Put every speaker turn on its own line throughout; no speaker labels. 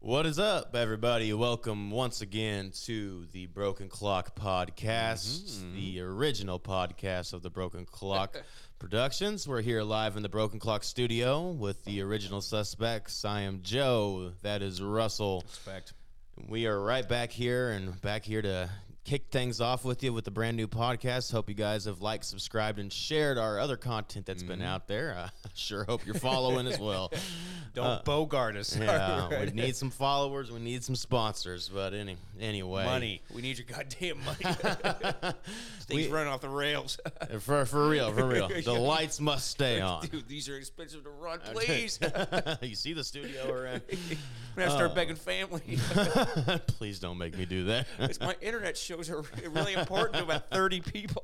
What is up, everybody? Welcome once again to the Broken Clock Podcast, the original podcast of the Broken Clock Productions. We're here live in the Broken Clock studio with the original suspects. I am Joe. That is Russell.
Respect.
We are right back here and back here to kick things off with you with the brand new podcast. Hope you guys have liked, subscribed, and shared our other content that's been out there. I sure hope you're following as well.
Don't bogart us.
Yeah, we need some followers. We need some sponsors. But any anyway,
money. We need your goddamn money.
We-
Things run off the rails.
for for real, for real. The lights must stay on.
Dude, these are expensive to run. Please. I'm
you see the studio we're in?
going to start begging family.
Please don't make me do that.
It's- My internet shows are re- really important to about 30 people.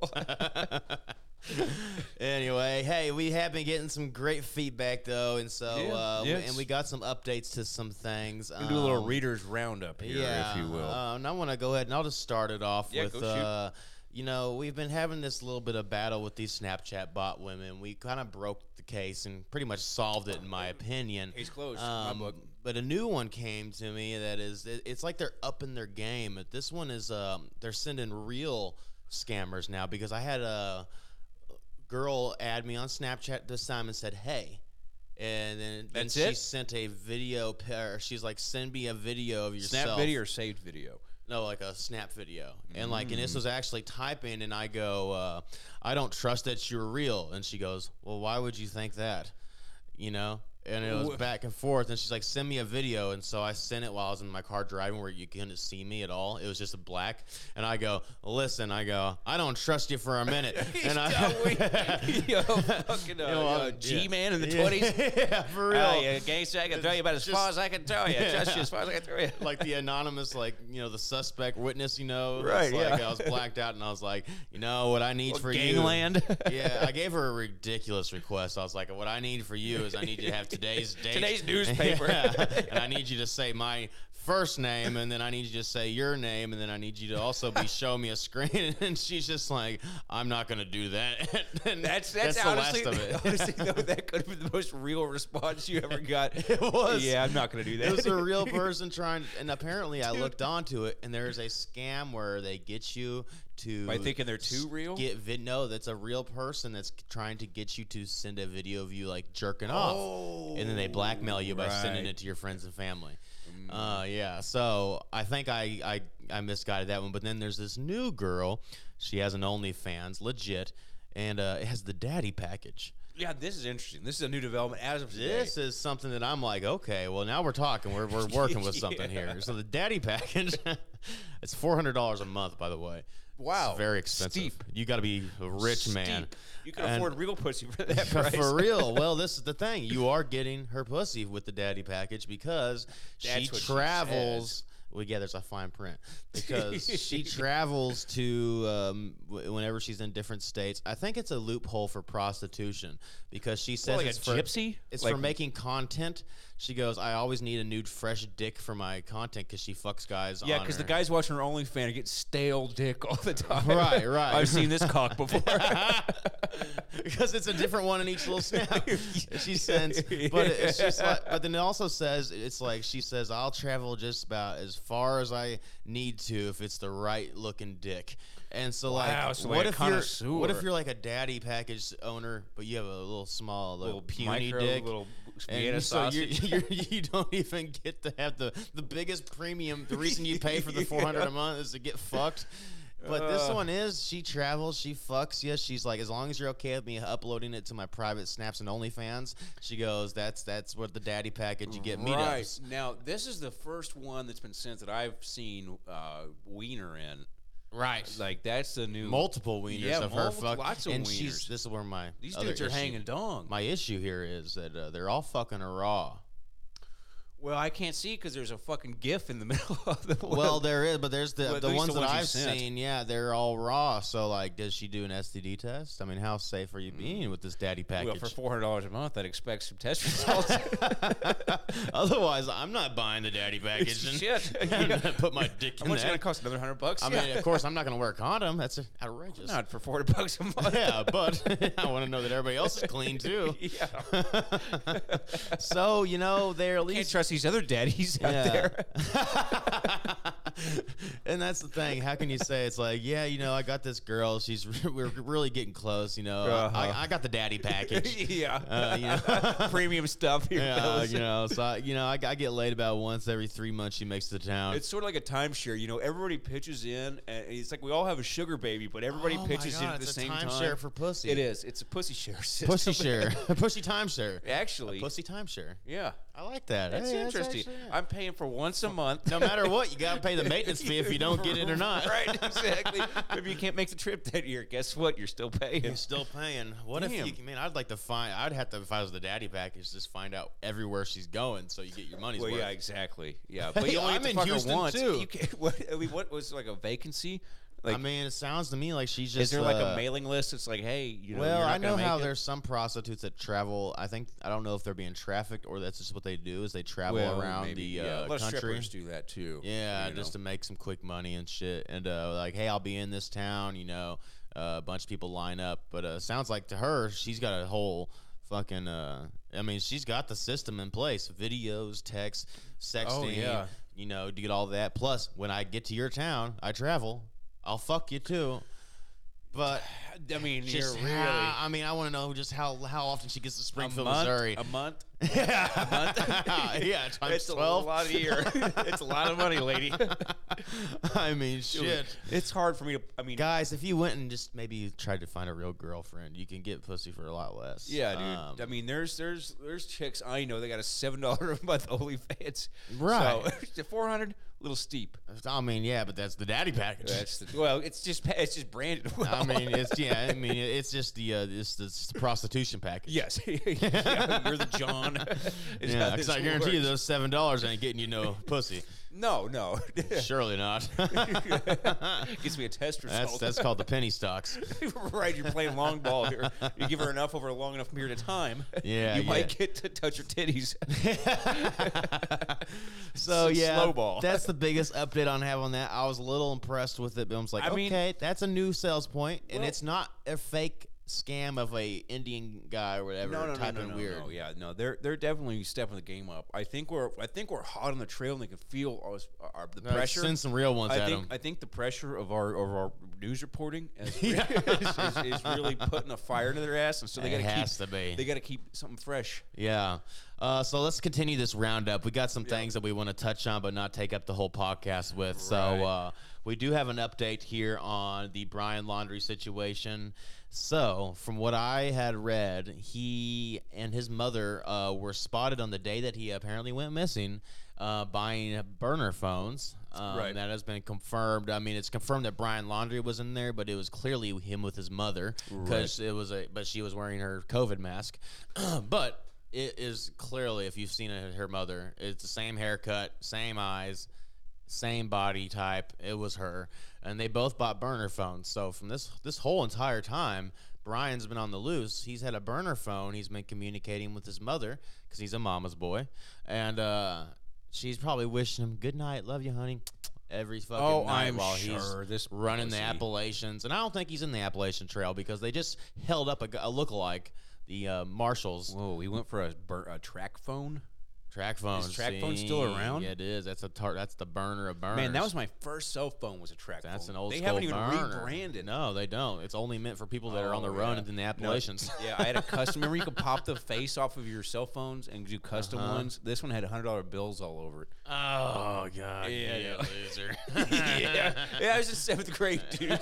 anyway, hey, we have been getting some great feedback though, and so
Yeah,
uh,
yes.
and we got some updates to some things.
do a little
Um,
reader's roundup here, if you will.
Uh, and I want to go ahead and I'll just start it off
Yeah,
with.
go shoot.
Uh, you know, we've been having this little bit of battle with these Snapchat bot women. We kind of broke the case and pretty much solved it, in my opinion.
Case closed, my book.
Um, but a new one came to me that is, it, it's like they're upping their game. But This one is, um, they're sending real scammers now because I had a girl add me on Snapchat this time and said, "Hey," and then then
That's
she
it?
sent a video. pa- Or she's like, "Send me a video of yourself."
Snap video or saved video?
No, like a snap video, and like, and
Mm.
this was actually typing, and I go, uh, "I don't trust that you're real," and she goes, "Well, why would you think that?" You know. And it was
Wha-
back and forth, and she's like, "Send me a video." And so I sent it while I was in my car driving, where you couldn't see me at all. It was just a black. And I go, "Listen," I go, "I don't trust you for a minute." and I,
Yo, fucking uh,
know,
uh,
uh,
G-Man in the
yeah.
20s.
yeah, for real.
Oh, yeah, gangster, I can throw you about as
Just-
far as I can throw you. Just
Yeah.
as far as I can throw you.
like the anonymous, like you know, the suspect witness. You know,
Right,
it's Like
yeah.
I was blacked out, and I was like, you know, what I need
Well,
for you,
gangland.
yeah, I gave her a ridiculous request. I was like, what I need for you is I need you to have today's date,
Today's newspaper.
Yeah. and I need you to say my first name, and then I need you to say your name, and then I need you to also be show me a screen. And she's just like, I'm not gonna do that. And
That's that's, honestly,
the last of it.
honestly though, that could have been the most real response you ever got.
It was.
Yeah, I'm not gonna do that.
It was a real person trying, and apparently I looked onto it, and there is a scam where they get you to.
By thinking they're too
s-
real?
Get vid- no, that's a real person that's trying to get you to send a video of you like jerking off, and then they blackmail you by sending
Oh. right. Mm.
it to your friends and family. Uh, yeah. So I think I, I I misguided that one, but then there's this new girl. She has an OnlyFans, legit, and uh, it has the daddy package.
yeah, this is interesting. This is a new development as of today.
This is something that I'm like, okay, well now we're talking. We're, we're working with something here. So the daddy package, it's four hundred dollars a month, by the way.
Wow.
it's very expensive.
Steep.
You got to be a rich man.
Steep. You can
And-
afford real pussy for that
for-
price.
For real. Well, this is the thing. You are getting her pussy with the daddy package because she
That's what she
travels. well, yeah, there's a fine print because she travels to um, w- whenever she's in different states. I think it's a loophole for prostitution because she says
like
it's
a
for,
gypsy?
It's
Like-
for making content. She goes, I always need a nude, fresh dick for my content because she fucks guys.
Yeah,
on
because the
her.
guys watching her OnlyFans get stale dick all the time.
Right, right.
I've seen this cock before.
because it's a different one in each little snap. she sends, but it's just like, but then it also says it's like she says I'll travel just about as far as I need to if it's the right looking dick. And so
Wow,
like,
so
what
like a
if you're
connoisseur.
what if you're like a daddy package owner, but you have a little small little,
Little
puny
micro,
dick,
little Vienna
and so you
sausage.
you're, you don't even get to have the the biggest premium. The reason you pay for the four hundred a month is to get fucked. But this
Uh.
one is she travels, she fucks you. She's like, as long as you're okay with me uploading it to my private snaps and OnlyFans, she goes, that's that's what the daddy package you get
Right.
meetups.
Now, this is the first one that's been sent that I've seen uh, Wiener in.
Right. Like
Like, that's the new.
multiple wieners
Yeah,
of her
multiple-
fuck.
lots of
and she's
wieners.
this is where my
These
other
dudes are
issue-
hanging dong.
My issue here is that uh, they're all fucking raw.
Well, I can't see because there's a fucking GIF in the middle of the.
Well, there is, but there's the
Well, at
the
least
ones
the
that
ones you
I've
sent.
seen. Yeah, they're all raw. So, like, does she do an STD test? I mean, how safe are you being with this daddy
Mm. well,
package?
for four hundred dollars a month, I'd expect some test results.
Otherwise, I'm not buying the daddy package. And
Shit.
I'm gonna put my dick
How
in
much is it
that.
gonna cost? Another hundred bucks?
I mean, of course, I'm not gonna wear a condom. That's outrageous.
not for four hundred bucks a month.
yeah, but I want to know that everybody else is clean too.
yeah.
So you know, they're at
Can't
least
trust
these other daddies out there.
and that's the thing. How can you say it's like, yeah, you know, I got this girl. She's we're really getting close. You know,
Uh-huh.
I, I got the daddy package.
yeah,
Uh, you know.
premium stuff here.
Yeah, uh,
fellas.
you know, so I, you know, I, I get laid about once every three months. She makes it to town.
It's sort of like a timeshare, you know. Everybody pitches in, and it's like we all have a sugar baby, but everybody
Oh my
pitches in
God,
at the
it's a
same time.
timeshare for pussy.
It is. It's a pussy share. System.
pussy share, pussy timeshare,
Actually,
pussy timeshare.
yeah,
I like that.
that's
Hey,
interesting.
actually-
I'm paying for once a month.
no matter what, you gotta pay the maintenance fee if you don't get it or not.
right? Exactly. Maybe you can't make the trip that year. Guess what? You're still paying.
And still paying. What
Damn.
if you man? I'd like to find. I'd have to if I was the daddy package, just find out everywhere she's going, so you get your money's
well,
worth.
yeah, exactly. Yeah, but you
Hey,
only
I'm
have to
in
fuck her
Houston,
once.
too.
You can't, what, I mean, what was like a vacancy? Like,
I mean, it sounds to me like she's just.
is there like
uh,
a mailing list? It's like, hey, you know,
well,
you're not
I know
gonna make
how
it?
there's some prostitutes that travel. I think I don't know if they're being trafficked or that's just what they do is they travel
Well,
around
maybe,
the
yeah,
uh,
a lot of
country.
strippers do that too.
Yeah,
you
just to
know.
make some quick money and shit. And uh, like, hey, I'll be in this town. You know, uh, a bunch of people line up. But uh, sounds like to her, she's got a whole fucking. Uh, I mean, she's got the system in place: videos, text, sexting.
Oh, yeah.
You know, to get all that. Plus, when I get to your town, I travel. I'll fuck you too. But
I mean,
just
you're really
how- I mean, I want to know just how how often she gets to Springfield,
a month,
Missouri.
A month.
yeah,
month?
yeah, times
it's
twelve.
a lot of year. it's a lot of money, lady.
I mean, shit.
It's hard for me to. I mean,
Guys, if you went and just maybe tried to find a real girlfriend, you can get pussy for a lot less.
yeah, dude.
Um,
I mean, there's there's there's chicks I know. They got a seven dollar a month OnlyFans.
Right.
So four hundred, a little steep.
I mean, yeah, but that's the daddy package.
That's the, well, it's just pa- it's just branded. Well.
I mean, it's yeah. I mean, it's just the uh, it's the, it's the prostitution package.
yes, Yeah, you're the John. Is
yeah.
how
Because
this
I guarantee you,
works.
those seven dollars ain't getting you no pussy.
No, no.
Surely not.
Gives me a test result.
that's that's called the penny stocks.
right, you're playing long ball here. You give her enough over a long enough period of time.
Yeah,
you might
yeah.
get to touch her titties.
So
It's a
yeah,
slow ball.
that's the biggest update on have on that. I was a little impressed with it, but I was like,
I mean-
okay, that's a new sales point, and
Well-
it's not a fake scam of a Indian guy or whatever
no, no, no,
typing
no, no,
weird.
no. Yeah, no, they're they're definitely stepping the game up. I think we're I think we're hot on the trail, and they can feel us, our, the
No,
pressure.
Send some real ones
I
at
think
him.
I think the pressure of our of our news reporting is, re- is, is, is really putting a fire into their ass, and so they
It
got
has
keep
to be.
they got to keep something fresh.
yeah. Uh, so let's continue this roundup. We got some things that we want to touch on, but not take up the whole podcast with. So
Right.
uh, we do have an update here on the Brian Laundry situation. So, from what I had read, he and his mother uh, were spotted on the day that he apparently went missing, uh, buying burner phones. Um,
Right.
That has been confirmed. I mean, it's confirmed that Brian Laundry was in there, but it was clearly him with his mother because it was a. But she was wearing her COVID mask. but it is clearly, if you've seen it, her mother, it's the same haircut, same eyes, same body type. It was her, and they both bought burner phones. So from this this whole entire time, Brian's been on the loose. He's had a burner phone. He's been communicating with his mother because he's a mama's boy, and uh, she's probably wishing him good night, love you, honey, every fucking
Oh,
night
I'm
while
sure
he's
this
running the
pussy.
Appalachians. And I don't think he's in the Appalachian Trail because they just held up a, g- a lookalike. The uh, Marshalls
Whoa, we went for a, bur- a track phone.
track phone.
track phone still
See,
around?
it is. That's a tar- that's the burner of burners.
Man, that was my first cell phone was a track
That's
phone.
an old
They
school
haven't even
burner.
rebranded.
No, they don't. It's only meant for people that are on the
Oh,
run
yeah.
and in the Appalachians.
yeah, I had a custom. Remember, you could pop the face off of your cell phones and do custom
Uh-huh.
ones. This one had hundred dollar bills all over it.
oh god,
Yeah, you yeah.
loser.
yeah, I was in seventh grade, dude. And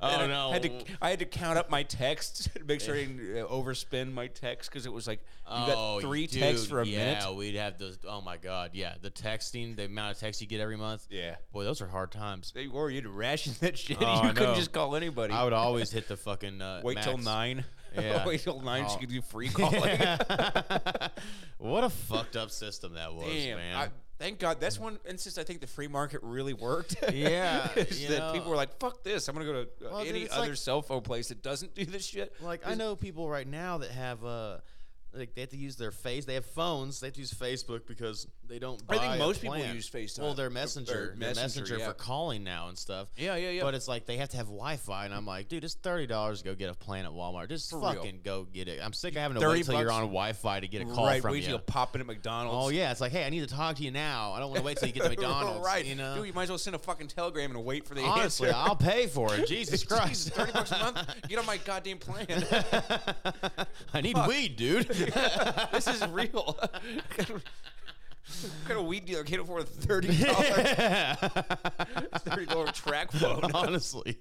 oh
I
no.
Had to, I had to count up my texts to make sure I didn't uh, overspend my texts because it was like you
Oh,
got three
dude,
texts for a
yeah,
minute.
we'd have those. Oh my god, yeah. The texting, the amount of texts you get every month.
Yeah,
Boy, those are hard times.
they were you had to ration that shit.
Oh,
you
I know.
couldn't just call anybody.
I would always hit the fucking uh,
Wait till
max.
nine.
Yeah.
Wait till nine. so
Oh.
you could do free calling.
what a fucked up system that was,
Damn,
man.
I, thank God. That's one instance I think the free market really worked.
Yeah,
is
you
that
know.
people were like, "Fuck this! I'm gonna go to uh,
Well, dude,
any
it's
other
like-
cell phone place that doesn't do this shit."
Like I know people right now that have uh like they have to use their face. They have phones. They have to use Facebook because they don't.
I think
buy a
most people
plan.
use FaceTime.
Well, their
Or- or
messenger, their messenger,
Messenger, yeah.
for calling now and stuff.
Yeah, yeah, yeah.
But it's like they have to have Wi-Fi, and I'm like, dude, it's thirty dollars to go get a plan at Walmart. Just
For real.
fucking go get it. I'm sick of having to wait
30
till you're
bucks.
on Wi-Fi to get a call
right,
from
wait till
you.
pop in at McDonald's.
Oh yeah, it's like, hey, I need to talk to you now. I don't want to wait till you get to McDonald's.
right.
You know.
Dude, you might as well send a fucking telegram and wait for the
Honestly,
answer.
I'll pay for it. Jesus
Jesus,
Christ.
Thirty bucks a month. Get on my goddamn plan.
I need weed, dude.
this is real. what kind of weed dealer can't afford a thirty dollar thirty dollar track phone?
Honestly.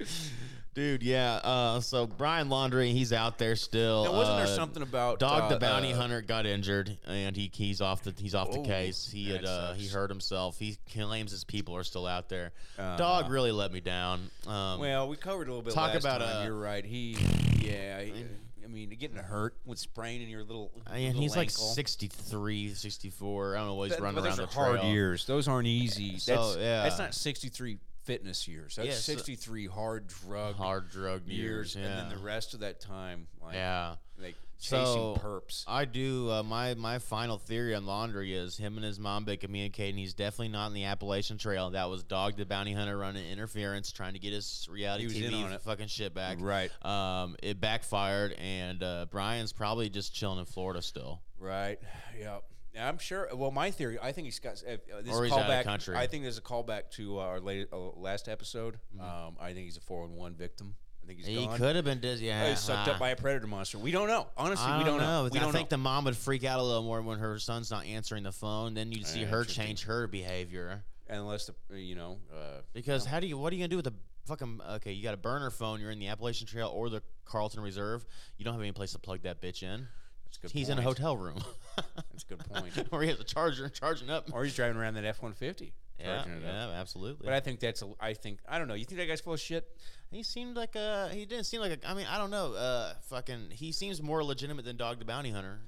Dude, yeah. Uh, so Brian Laundry, he's out there still.
Now, wasn't there
Uh,
something about
Dog
uh,
the bounty
uh,
hunter got injured, and he he's off the he's off the
Oh,
case. He
that
had uh, he
sucks.
hurt himself. He claims his people are still out there. Dog really let me down. Um,
Uh, Well, we covered a little bit.
Talk
last
about,
time.
uh,
You're right. He, yeah. he- I mean, getting hurt with spraining your little.
and
little
Uh, he's like
ankle.
63, 64. I don't know what he's
That-
running
but
around
those
the
are hard
trail.
years. Those aren't easy.
So,
that's,
yeah.
that's not 63 fitness years. That's
Yeah, so-
63 hard drug
Hard drug years.
years,
yeah.
and then the rest of that time, like,
yeah.
like chasing
So,
perps.
I do. Uh, my my final theory on laundry is him and his mom been communicating. He's definitely not in the Appalachian Trail. That was Dog the Bounty Hunter running interference, trying to get his reality
He was in on
TV
it.
fucking shit back.
Right.
Um, it backfired, and uh, Brian's probably just chilling in Florida still.
Right. Yeah. Now, I'm sure. Well, my theory, I think he's got uh, uh, this
Or
is
he's out of
callback-
country.
I think there's a callback to uh, our late, uh, last episode. Um, I think he's a 411 victim. I think he's
Mm-hmm. He
gone.
could have been dizzy.
Uh,
Yeah.
he's sucked
uh,
up by a predator monster. We don't know. Honestly,
I
we don't know.
It's-
We
I
don't
think
know.
the mom would freak out a little more when her son's not answering the phone. Then you'd see
Yeah,
her
interesting.
change her behavior.
Unless the uh, you know. Uh,
Because how do you? What are you gonna do with a fucking? Okay, you got a burner phone. You're in the Appalachian Trail or the Carlton Reserve. You don't have any place to plug that bitch in.
that's a good
He's
point.
in a hotel room,
That's a good point.
or he has a charger charging up.
or he's driving around that F one fifty.
Yeah, yeah, absolutely.
But I think that's a. I think I don't know. You think that guy's full of shit?
he seemed like a. He didn't seem like a. I mean, I don't know. Uh, fucking. He seems more legitimate than Dog the Bounty Hunter.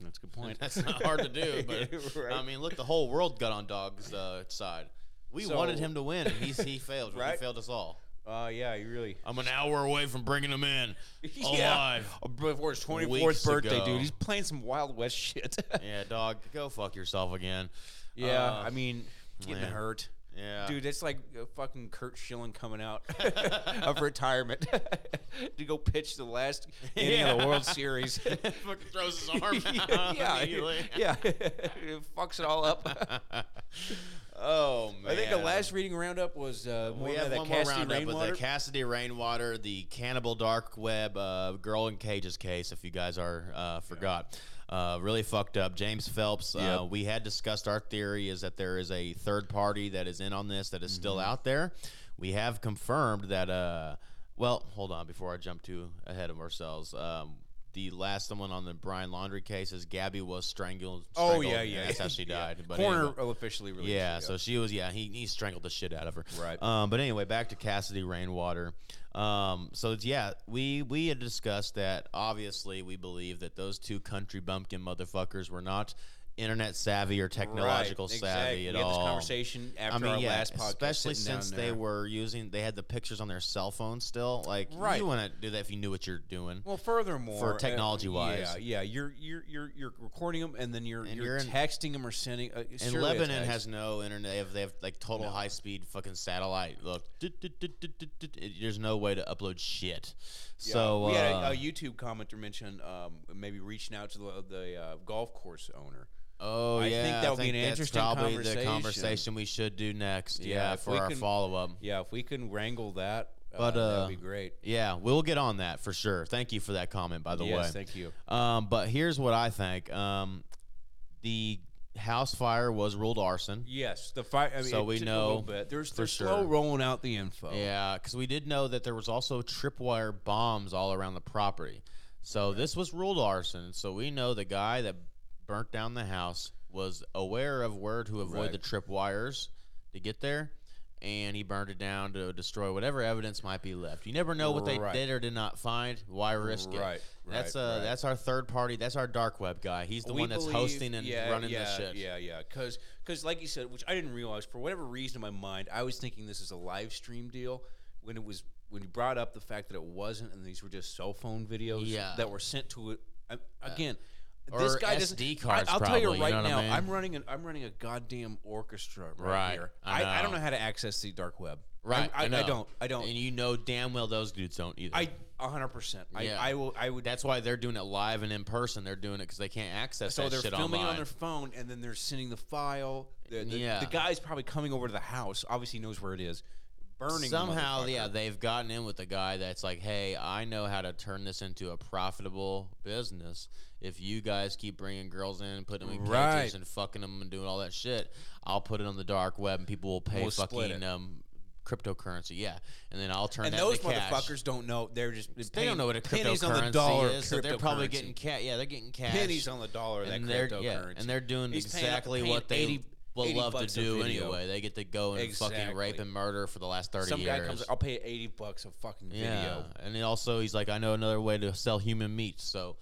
That's a good point.
Mm. That's not hard to do. But
Right.
I mean, look, the whole world got on Dog's uh, side. We
So-
wanted him to win, and he's, he failed. He
Right?
failed us all.
Uh, yeah, you really.
I'm an hour away from bringing him in
Yeah. Uh,
alive.
Before his twenty
Weeks
fourth birthday,
ago.
dude, he's playing some Wild West shit.
Yeah, dog, go fuck yourself again.
yeah,
Uh,
I mean, getting
man.
hurt,
yeah,
dude. That's like uh, fucking Kurt Schilling coming out of retirement to go pitch the last inning of the World Series.
fucking throws his arm.
yeah, yeah, it fucks it all up.
Oh man.
I think the last reading roundup was uh,
we
one
have
of that
one more
Cassidy
roundup
Rainwater.
with the Cassidy Rainwater, the Cannibal Dark Web, uh, Girl in Cages case. If you guys are uh, forgot, uh, really fucked up. James Phelps. Uh,
Yep.
we had discussed our theory is that there is a third party that is in on this that is still
Mm-hmm.
out there. We have confirmed that. Uh, well, hold on before I jump too ahead of ourselves. Um, the last someone on the Brian Laundry case is Gabby was strangled.
oh
strangled,
yeah,
and
yeah.
that's how she died.
Yeah.
But
Corner
anyway.
officially released.
Yeah,
it,
so she was. Yeah, he, he strangled the shit out of her.
Right.
Um, but anyway, back to Cassidy Rainwater. Um, so it's- yeah, we we had discussed that. Obviously, we believe that those two country bumpkin motherfuckers were not internet savvy or technological
Right,
savvy
exactly.
at
we had
all.
This conversation after
I mean,
our
yeah,
last podcast,
especially
sitting down
since they
there.
were using they had the pictures on their cell phones still. Like,
Right.
you want to do that if you knew what you're doing.
Well, furthermore,
For
uh,
technology-wise.
yeah, yeah, you're you're you're you're recording them and then you're
And
you're,
you're in-
texting them or sending. Uh,
And
surely a
Lebanon
text.
has no internet. They have, they have like total high speed fucking satellite. Look, there's no way to upload shit.
Yeah,
So
we had a,
uh,
a YouTube commenter mention um, maybe reaching out to the, the uh, golf course owner.
oh
I
yeah,
think that would be an
that's
interesting
probably the
conversation.
conversation we should do next. Yeah,
Yeah, if
for
we
our
can-
follow up.
Yeah, if we can wrangle that,
But,
uh,
uh,
that'd be great.
Yeah, we'll get on that for sure. Thank you for that comment, by the
yes,
way.
thank you.
Um, but here's what I think. Um, the house fire was ruled arson.
Yes, the fire. I mean,
So
it
we
took a
know
little bit. There's
for
they're
sure.
slow rolling out the info.
Yeah, because we did know that there was also tripwire bombs all around the property. So this was ruled arson. So we know the guy that burnt down the house was aware of where to avoid
Right.
the tripwires to get there, and he burned it down to destroy whatever evidence might be left. You never know what they
Right.
did or did not find. Why risk it?
Right,
That's
right,
uh,
right.
that's our third party. That's our dark web guy. He's the
We
one that's
believe-
hosting and
yeah,
running
yeah,
this shit.
Yeah, yeah, because like you said, which I didn't realize for whatever reason in my mind, I was thinking this is a live stream deal when it was when you brought up the fact that it wasn't, and these were just cell phone videos
Yeah.
that were sent to it. I, again, this
Or
guy
SD
doesn't.
cards
I, will tell
probably,
you
you
right
know what I
now,
mean?
am running an I'm running a goddamn orchestra right,
Right,
here.
I
I, I, don't
know.
know how to access the dark web. I-
Right.
I, I,
know.
don't. I don't.
And you know damn well those dudes don't either.
I 100. percent I
Yeah.
I will. I would.
That's why they're doing it live and in person. They're doing it because they can't access
so
that
they're
shit
filming
online.
on their phone and then they're sending the file. The, the,
Yeah.
the guy's probably coming over to the house. Obviously knows where it is. Burning the
Somehow,
motherfucker.
yeah, they've gotten in with a guy that's like, "Hey, I know how to turn this into a profitable business. If you guys keep bringing girls in, and putting them in
Right.
cages and fucking them and doing all that shit, I'll put it on the dark web and people will pay
We'll split
fucking
it.
um, cryptocurrency. Yeah, and then I'll turn
And
that
those
into cash.
motherfuckers don't know. They're just
They don't know what a
pennies
cryptocurrency
on the dollar
is. So they're probably
cryptocurrency.
getting cat. Yeah, they're getting cash.
pennies on the dollar. of
and
that
they're
cryptocurrency.
yeah, and they're doing
He's paying-
exactly
paying
what they
80
will
80
love to
bucks a
do
video.
anyway. They get to go and fucking rape
Exactly.
and murder for the last thirty
Some
years.
guy comes. I'll pay eighty bucks a fucking
yeah,
video.
and he also he's like, I know another way to sell human meat, so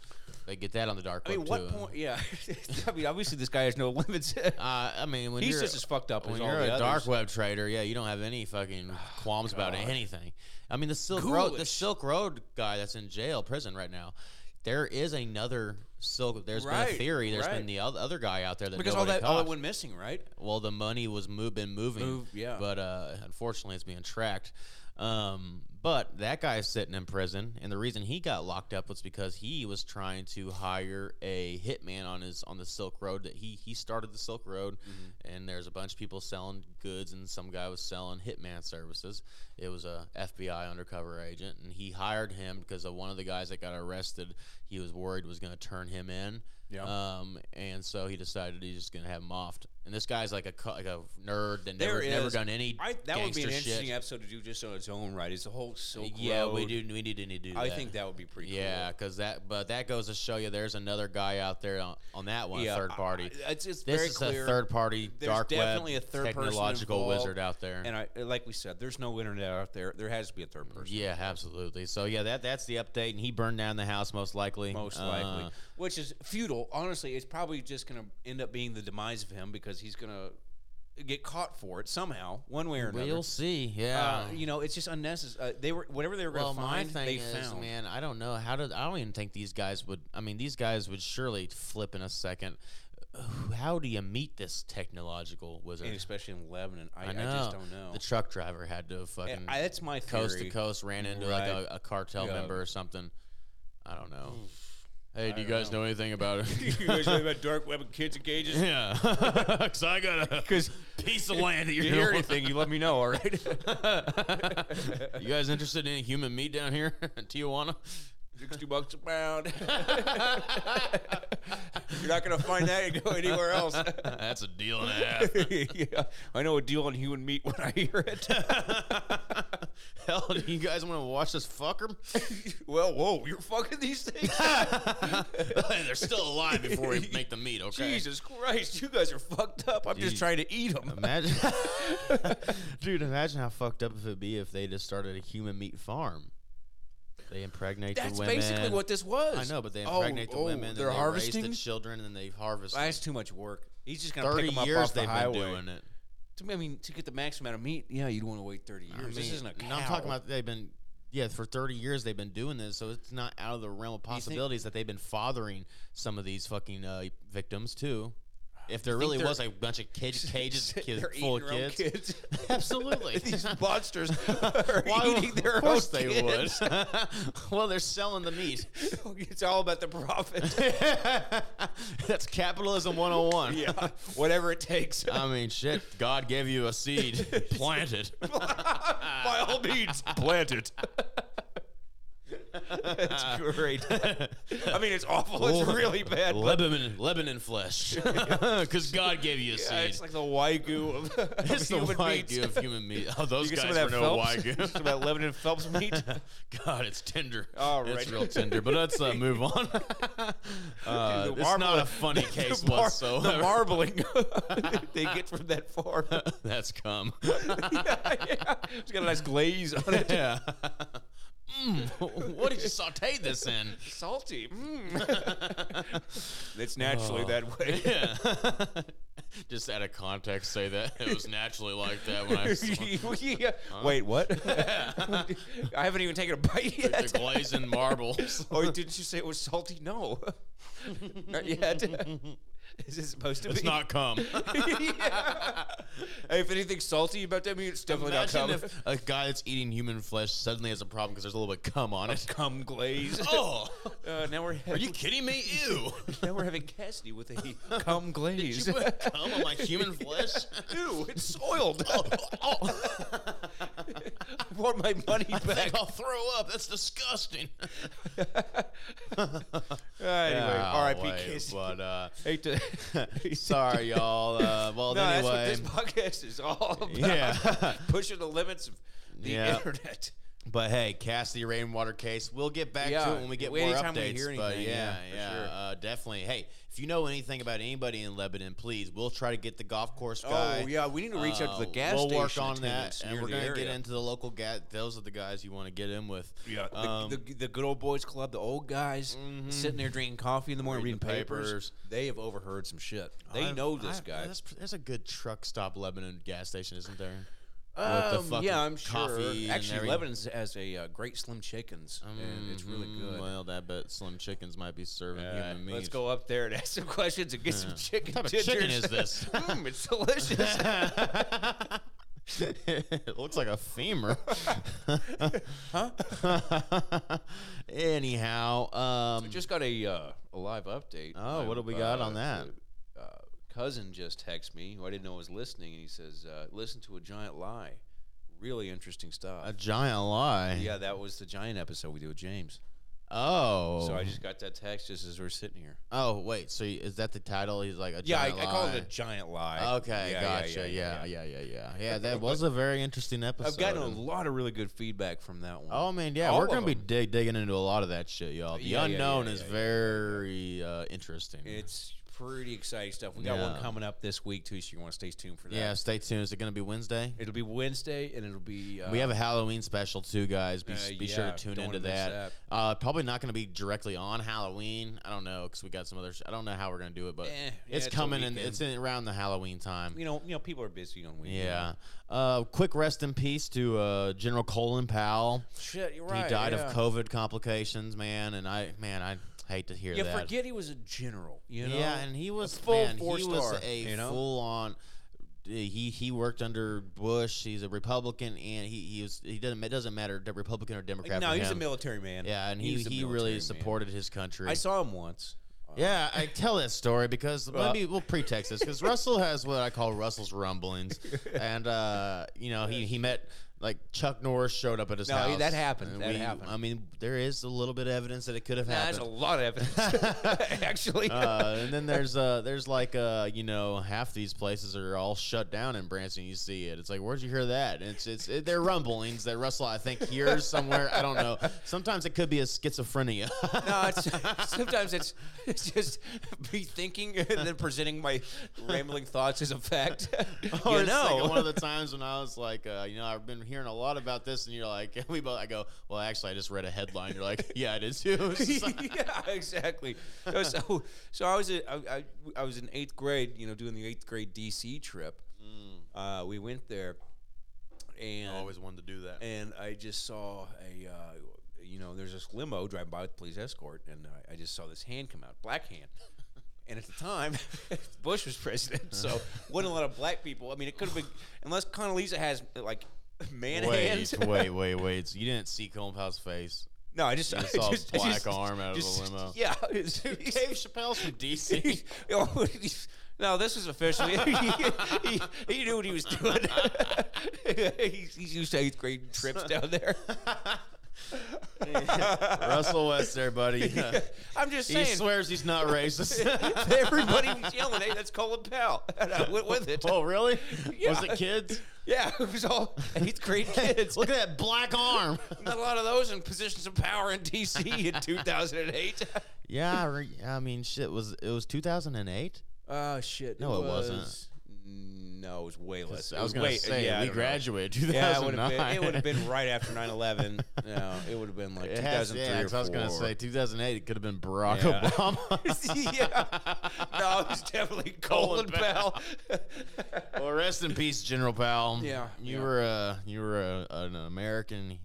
they get that on the dark
I
web
mean, what
too.
point? Yeah, I mean, obviously this guy has no limits.
Uh, I mean, when
He's
you're
just as fucked up
when
as all
you're
the
a dark
others. Oh,
web trader, yeah, you don't have any fucking qualms about anything. I mean, the Silk Road, the
Ghoulish.
Silk Road guy that's in jail, prison right now. There is another silk. There's been a
Right,
theory. There's been
right.
the oth- other guy out there that
because all
nobody
that all
caught.
that went missing, right?
Well, the money was move, been moving,
Move, yeah.
But uh, unfortunately, it's being tracked. Um, but that guy's sitting in prison, and the reason he got locked up was because he was trying to hire a hitman on his on the Silk Road. That he he started the Silk Road,
Mm-hmm.
and there's a bunch of people selling goods, and some guy was selling hitman services. It was a FBI undercover agent, and he hired him because of one of the guys that got arrested. He was worried was going to turn him in.
Yeah.
Um, and so he decided he's just gonna have him offed. And this guy's like a cu- like a nerd that
There
never never
is-
done any
I, that would be
gangster
an interesting
shit.
episode to do just on its own, right? It's the whole Silk
yeah, we
Road.
do. We need to need to do.
I
that.
think that would be pretty.
Yeah, because that but that goes to show you there's another guy out there on, on that
cool.
one third party.
I- I- it's it's
this
very
is
clear.
a third party
There's
dark
definitely a
web
third person
technological
involved,
wizard out there.
And I, like we said, there's no internet out there. There has to be a third person.
yeah, absolutely. So yeah, that that's the update, and he burned down the house most likely.
Most likely,
Uh,
which is futile. Honestly, it's probably just going to end up being the demise of him because he's going to get caught for it somehow, one way or another.
we'll see.
Uh,
Yeah,
you know, it's just unnecessary. Uh, they were whatever they were going to
my
find.
thing
they
is,
found.
man, I don't know how did I don't even think these guys would. I mean, these guys would surely flip in a second. How do you meet this technological wizard?
and especially in Lebanon, I,
I, know.
just don't know.
The truck driver had to have fucking
I, that's my theory.
coast to coast ran into
Right.
like a, a cartel
Yeah.
member or something. I don't know. Hey, do you
I don't
guys know. anything about
you guys know
it?
about dark web and kids and cages?
yeah, because I got a
Because
piece of land that
you
you're
hear
doing.
anything, you let me know. All right.
you guys interested in any human meat down here in Tijuana?
Sixty bucks a pound. You're not gonna find that and go anywhere else.
That's a deal and a half.
yeah, I know a deal on human meat when I hear it.
Hell, do you guys want to watch this fucker?
well, whoa, you're fucking these things.
They're still alive before we make the meat, okay?
Jesus Christ, you guys are fucked up. I'm
Jeez.
just trying to eat them.
Imagine, dude. Imagine how fucked up it would be if they just started a human meat farm. They impregnate
That's
the women.
basically what this was.
I know, but they
Oh,
impregnate the
oh,
women. then
They're
they
harvesting.
raise the children, and then they harvest.
That's too much work. He's just gonna pick
Thirty
them up
years
off the
they've
highway.
been doing it.
To me, I mean, to get the maximum amount of meat, yeah, you'd want to wait 30 years.
I mean,
this isn't a cow.
No, I'm talking about they've been. Yeah, for 30 years they've been doing this, so it's not out of the realm of
think-
possibilities that they've been fathering some of these fucking uh, victims too. If there really
they're-
was a bunch of kid cages kids,
They're
full of
eating their own
kids, absolutely.
These monsters are
Why would-
eating their
of course
own
they
kids.
would. well, they're selling the meat.
it's all about the profit.
That's capitalism 101.
yeah, whatever it takes.
I mean, shit. God gave you a seed, plant it.
By all means, plant it. That's great. I mean, it's awful. It's really bad. but-
Lebanon, Lebanon flesh, because God gave you a
Yeah,
seed.
it's like the wagyu of, of
It's the
human meat.
wagyu of human meat. Oh, those
You get
guys
some
were
of that
no
Phelps?
wagyu.
some of that Lebanon Phelps meat.
God, it's tender.
All
It's
right.
real tender. But let's uh, move on. Uh,
The
it's
marble-
not a funny case
the mar-
whatsoever.
The marbling they get from that farm.
That's cum.
yeah, yeah. It's got a nice glaze on it.
yeah. Mm, what did you saute this in?
Salty. Mm. it's naturally
Oh.
that way.
Yeah. Just out of context, say that it was naturally like that when I saw
Yeah. Wait, what? I haven't even taken a bite
the
yet.
glazing marbles.
Oh, didn't you say it was salty? No. Not yet. Is it supposed to
It's
be?
not come.
Yeah. Hey, if anything salty about that meat, it's definitely
Imagine
not cum.
if a guy that's eating human flesh suddenly has a problem because there's a little bit of cum on it.
cum glaze.
oh,
Uh, now we're
are
having,
you kidding me? Ew.
now we're having Cassidy with a cum glaze.
You put cum on my human flesh?
Ew, it's soiled.
Oh, oh,
I want my money
I
back.
think I'll throw up. That's disgusting.
Uh, anyway,
Oh,
R.I.P.
wait,
Casey.
But uh,
Hate to.
sorry, y'all. Uh, well,
no, that's what
anyway,
this podcast is all about.
yeah.
pushing the limits of the
Yeah.
internet.
But hey, Cassidy Rainwater case. We'll get back to
Yeah,
it when we get
we-
more
anytime we
updates.
hear
but
anything,
yeah,
yeah,
yeah,
for sure.
uh, definitely. Hey, if you know anything about anybody in Lebanon, please, we'll try to get the golf course guy.
Oh yeah, we need to reach out to the
Uh,
gas
We'll
station.
work on that,
attendants
and
near
we're
the
gonna
area.
get into the local gas. Those are the guys you want to get in with.
Yeah, the,
Um,
the, the good old boys club, the old guys sitting there drinking coffee in the morning,
Reading
Mm-hmm. reading,
the
papers.
papers.
They have overheard some shit. They
I've-
know this
I've-
guy.
There's, there's a good truck stop Lebanon gas station, isn't there?
Um,
fucking
yeah, I'm
coffee
sure.
and
Actually,
everything.
Lebanon's has a uh, great Slim Chickens, and it's really
Mm,
good.
Well, that bet Slim Chickens might be serving
All right,
human meat.
let's go up there and ask some questions and get some chicken.
What type of chicken
tenders.
is this?
Mm, it's delicious.
it looks like a femur. Anyhow, um,
Just got a uh, a live update.
Oh, what do we got on that?
Uh, cousin just texted me, who I didn't know was listening, and he says, uh, "Listen to a giant lie. Really interesting stuff."
a giant lie.
yeah, that was the giant episode we did with James.
Oh.
So I just got that text just as we are sitting here.
Oh wait. So y- is that the title? He's like a
Yeah, I,
giant
I call it
lie.
a giant lie.
Okay,
Yeah, yeah,
gotcha.
yeah,
Yeah yeah yeah, yeah, yeah, That was a very interesting episode.
I've gotten a
and-
lot of really good feedback from that one.
Oh man, yeah,
all
we're
of
gonna be
them.
dig- digging into a lot of that shit, y'all. The
Yeah, yeah, yeah,
unknown
yeah,
is
yeah, yeah, yeah.
very uh, interesting.
It's pretty exciting stuff. We got one
Yeah.
coming up this week too, so you want to stay tuned for that.
yeah, stay tuned. Is it gonna be Wednesday?
It'll be Wednesday, and ittle be uh,
We have a Halloween special too, guys. Be,
Uh,
be sure
yeah,
to tune
don't
into
wanna miss
that.
that.
Uh, probably not going to be directly on Halloween. I don't know because we got some other. Sh- I don't know how we're going to do it, but
Eh, yeah,
it's,
it's a
coming and
weekend.
it's in, around the Halloween time.
you know you know people are busy on weekends.
Yeah. Uh, quick rest in peace to uh, General Colin Powell.
Shit, you're right.
he died
yeah.
of COVID complications, man. And I, man, I hate to hear
You
that.
forget he was a general. You know.
yeah, and he was
full
man, he was
four-star,
a
you know?
full on. He he worked under Bush. He's a Republican, and he he was he doesn't it doesn't matter de- Republican or Democrat.
no,
for
he was a
him.
military man.
Yeah, and
was
he
a
he
military
really
man.
supported his country.
I saw him once.
yeah, I tell that story because
Well-
maybe we'll pretext this because Russell has what I call Russell's rumblings, and uh, you know he he met like Chuck Norris showed up at his
No,
house.
that happened.
and
That happened.
I mean, there is a little bit of evidence that it could have
Nah, there's a
happened.
lot of evidence, actually.
uh, and then there's uh there's like uh you know half these places are all shut down in Branson. You see it. It's like where'd you hear that? And it's it's it, they're rumblings that Russell I think hears somewhere. I don't know. Sometimes it could be a schizophrenia.
no, it's, sometimes it's, it's just me thinking and then presenting my rambling thoughts as a fact.
Oh,
you
it's like
know,
one of the times when I was like, uh, you know, I've been hearing a lot about this, and you're like, we both. I go, well, actually, I just read a headline. You're like, yeah, I did too. mm, It's just like-
yeah, exactly. No, So, so I was a, I, I, I was in eighth grade, you know, doing the eighth grade DC trip. Uh, we went there, and
I always wanted to do that.
and I just saw a, uh, you know, there's this limo driving by with police escort, and I, I just saw this hand come out, black hand. And at the time, Bush was president, so wasn't a lot of black people. I mean, it could have been unless Condoleezza has like man
Wait,
hands.
wait, wait, wait! So you didn't see Colenpow's face.
No, I just, I
saw a
just I
black
just-
arm out of the limo.
Yeah, it's-
Dave Chappelle's from DC.
He- oh, he's- no, this was official. He, he, he knew what he was doing. he's, he's used to eighth grade trips down there.
Russell West, there, buddy.
I'm just
he
saying.
swears he's not racist.
Everybody was yelling, "Hey, that's Colin Powell!" And I went with it.
oh, really?
Yeah.
Was it kids?
Yeah, it was all eighth grade kids.
Look at that black arm.
Not a lot of those in positions of power in D.C. in 2008.
yeah, I re- I mean, shit. Was it was 2008?
Oh shit!
No, it wasn't.
No, it was way less.
I
It
was gonna
way-
say
yeah, I
we
don't know.
graduated
Yeah,
2009.
it would have been. It would have been right after 9/11. No, it would have been like
It
2003
has- yeah,
or
'cause I was gonna
four.
say 2008. It could have been Barack
Yeah.
Obama.
yeah. No, it was definitely Colin
Colin
Powell.
well, rest in peace, General Powell.
Yeah,
you
yeah.
were a you were a, an American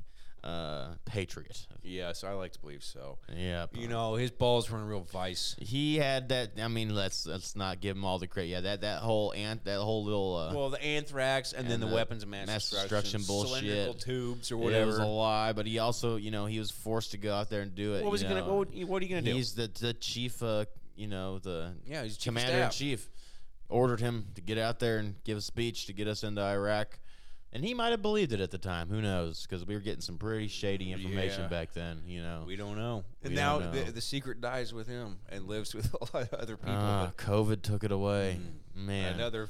uh, patriot.
Yes, I like to believe so.
Yeah,
You know, his balls were in real vice.
he had that. I mean, let's let's not give him all the credit. Yeah, that that whole ant, that whole little uh,
Well, the anthrax and, then
and
the,
the
weapons of mass,
mass
destruction,
destruction bullshit.
cylindrical tubes or
it was
whatever.
a lie. But he also, you know, he was forced to go out there and do it.
what was
you
he gonna?
know.
What, would, he- what are you gonna do?
He's the the chief. Uh, you know, the
yeah, he's chief of
commander in
staff.
chief ordered him to get out there and give a speech to get us into Iraq. And he might have believed it at the time. Who knows? Because we were getting some pretty shady information
Yeah.
back then. You know.
We don't know. And
We
now
don't
The,
know.
the secret dies with him and lives with a lot of other people. Mm.
Ah, COVID took it away. Man, another,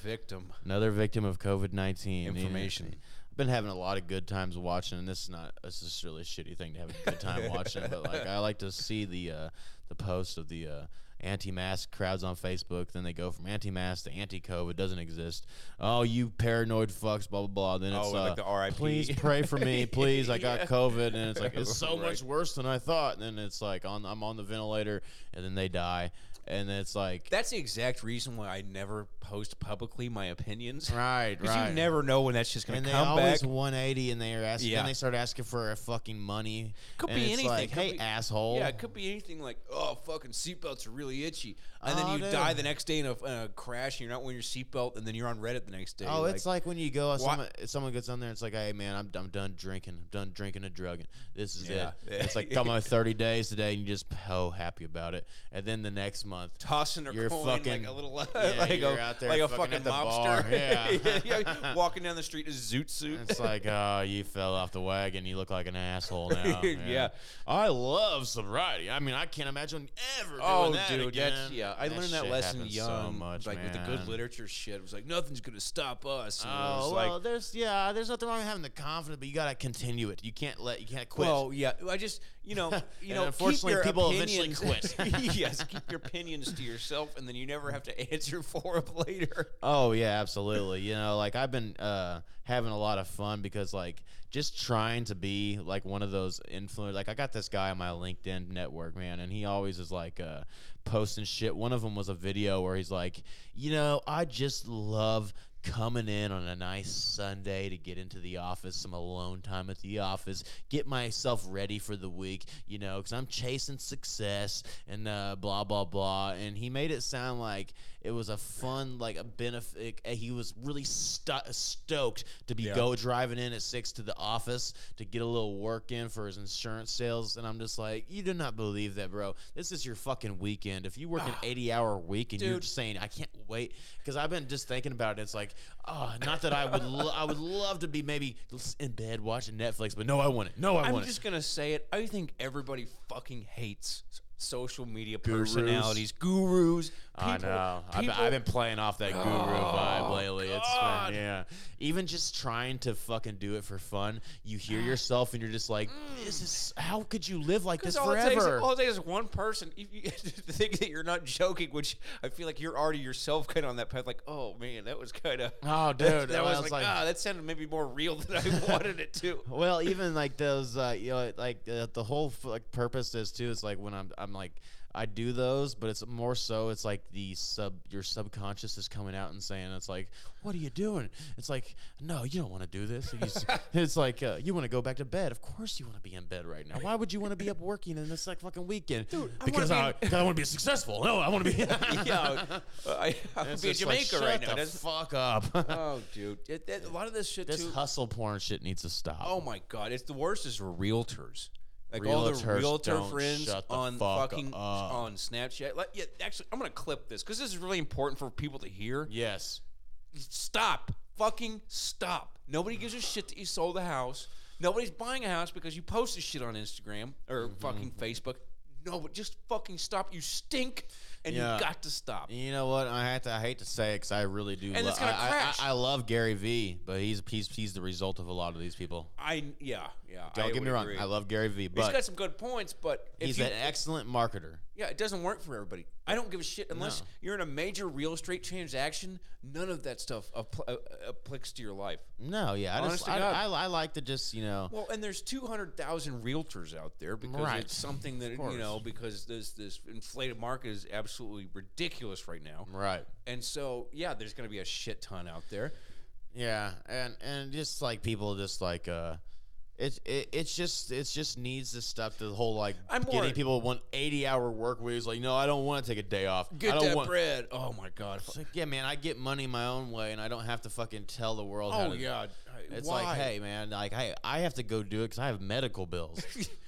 Another victim.
victim of COVID nineteen.
Information.
I've been having a lot of good times watching, and this is not. This is really a shitty thing to have a good time watching, but like I like to see the uh, the post of the. Uh, Anti-mask crowds on Facebook. Then they go from anti-mask to anti-COVID. Doesn't exist. Oh, you paranoid fucks. Blah blah blah. Then it's
Oh, like
uh,
the RIP.
Please pray for me. Please, I got
Yeah.
COVID, and it's like it's so
Right.
much worse than I thought. And then it's like on, I'm on the ventilator, and then they die, and then it's like
That's the exact reason why I never post publicly my opinions.
Right,
Because
right.
you never know when that's just going
and
to
they
come back.
always 180, and they are asking.
Yeah.
Then they start asking for a fucking money.
Could
and
be
it's
anything.
Like,
Could
hey,
be-
asshole.
Yeah, it could be anything like, oh, fucking seatbelts are really itchy. And
Oh,
then you
dude.
die the next day in a, in a crash and you're not wearing your seatbelt and then you're on Reddit the next day.
Oh, it's like when you go, someone,
What?
someone gets on there, and it's like, "Hey, man, I'm, I'm done drinking. I'm done drinking and drugging. This is
Yeah.
it." It's like, "Got my 30 days today," and you just oh happy about it. And then the next month,
tossing a
you're
coin
fucking-
like a little
yeah,
like,
you're
a,
out there
like a
fucking
fucking
at the
mobster.
bar. Yeah.
yeah, walking down the street in a zoot suit.
It's like, oh, you fell off the wagon. You look like an asshole now.
Yeah.
I love sobriety. I mean, I can't imagine ever doing
Oh,
that
dude,
again.
that's yeah. I
That
learned that
shit
lesson
happens
young,
So much,
like with the good
man.
literature shit. It was like nothing's gonna stop us. And it
Oh
was
well,
like,
there's yeah, there's nothing wrong with having the confidence, but you gotta continue it. You can't let you can't quit.
well, yeah. I just you know you
And
know
unfortunately,
keep your
people eventually
opinions, yes, keep your opinions to yourself, and then you never have to answer for them later.
oh yeah, absolutely. You know, like I've been uh, having a lot of fun because like just trying to be like one of those influencers. Like I got this guy on my LinkedIn network, man, and he always is like uh, posting shit. One of them was a video where he's like, you know, I just love coming in on a nice Sunday to get into the office, some alone time at the office, get myself ready for the week, you know, because I'm chasing success and uh, blah, blah, blah. And he made it sound like it was a fun, like a benefit. uh, He was really stu- stoked to be
Yeah.
go driving in at six to the office to get a little work in for his insurance sales. And I'm just like, you do not believe that, bro. This is your fucking weekend. If you work an 80 hour week and you're
Dude.
just saying, I can't wait, because I've been just thinking about it. It's like, oh, not that I would, lo- I would love to be maybe in bed watching Netflix, but no, I want it. No, I
I'm
want
just gonna say it. I think everybody fucking hates s- social media
Gurus.
personalities, gurus.
it. I
people-
know. I've,
people-
I've been playing off that guru vibe
Oh,
lately. It's
God.
been, yeah. Even just trying to fucking do it for fun, you hear yourself and you're just like, this is how could you live like this
Because Mm. all it, takes,
forever?
all it takes is one person. If you to think that you're not joking, which I feel like you're already yourself kind of on that path. Like, oh man, that was kind of.
Oh, dude,
that,
I
was
was
like,
like-
ah, that sounded maybe more real than I wanted it to.
Well, even like those, uh, you know, like uh, the whole f- like purpose is too. It's like when I'm, I'm like, I do those, but it's more so. It's like the sub, your subconscious is coming out and saying, it's like, what are you doing? It's like, no, you don't want to do this. You s- it's like uh, you want to go back to bed. Of course, you want to be in bed right now. Why would you want to be up working in this like fucking weekend? Dude,
I wanna
because
be
I,
in-
'cause I want to be successful. No, I want to be.
yeah, I, I would
It's
be in
just like,
Jamaica right
shut
now.
the
That's-
fuck up.
oh, dude, It- that- a lot of this shit
this
too.
hustle porn shit needs to stop.
Oh my god, it's the worst is realtors. Like all the
Realtors
realtor
don't
friends
shut the
on
fuck
fucking
up.
on Snapchat. Like, yeah, actually, I'm gonna clip this because this is really important for people to hear.
yes.
Stop, fucking stop. Nobody gives a shit that you sold a house. Nobody's buying a house because you posted shit on Instagram or
Mm-hmm.
fucking Facebook. No, but just fucking stop. You stink, and
Yeah.
you got to stop.
You know what? I have to. I hate to say it because I really do.
And
lo-
it's gonna
I, I-
crash.
I, I love Gary Vee, but he's, he's he's the result of a lot of these people.
I yeah yeah.
Don't
I
get me
would
wrong.
agree.
I love Gary Vee,
He's
but
got some good points, but if
he's
you,
an excellent marketer.
Yeah, it doesn't work for everybody. I don't give a shit unless
No.
you're in a major real estate transaction. None of that stuff appl- uh, uh, applies to your life.
No, yeah, I
Honest
just
to
I,
God.
I, I like to just you know.
Well, and there's 200,000 realtors out there because
Right.
it's something that
course.
you know because this this inflated market is absolutely ridiculous right now.
Right.
And so, yeah, there's going to be a shit ton out there.
Yeah, and and just like people just like uh It's it, it's just it's just needs to stop the whole like
I'm more-
getting people one 80 hour work weeks. Like, no, I don't want to take a day off. I
Get
don't
that
want.
bread. Oh my god.
It's like, yeah, man, I get money my own way, and I don't have to fucking tell the world. how
Oh
to,
yeah.
It's
Why?
like, hey, man, like, hey, I have to go do it because I have medical bills.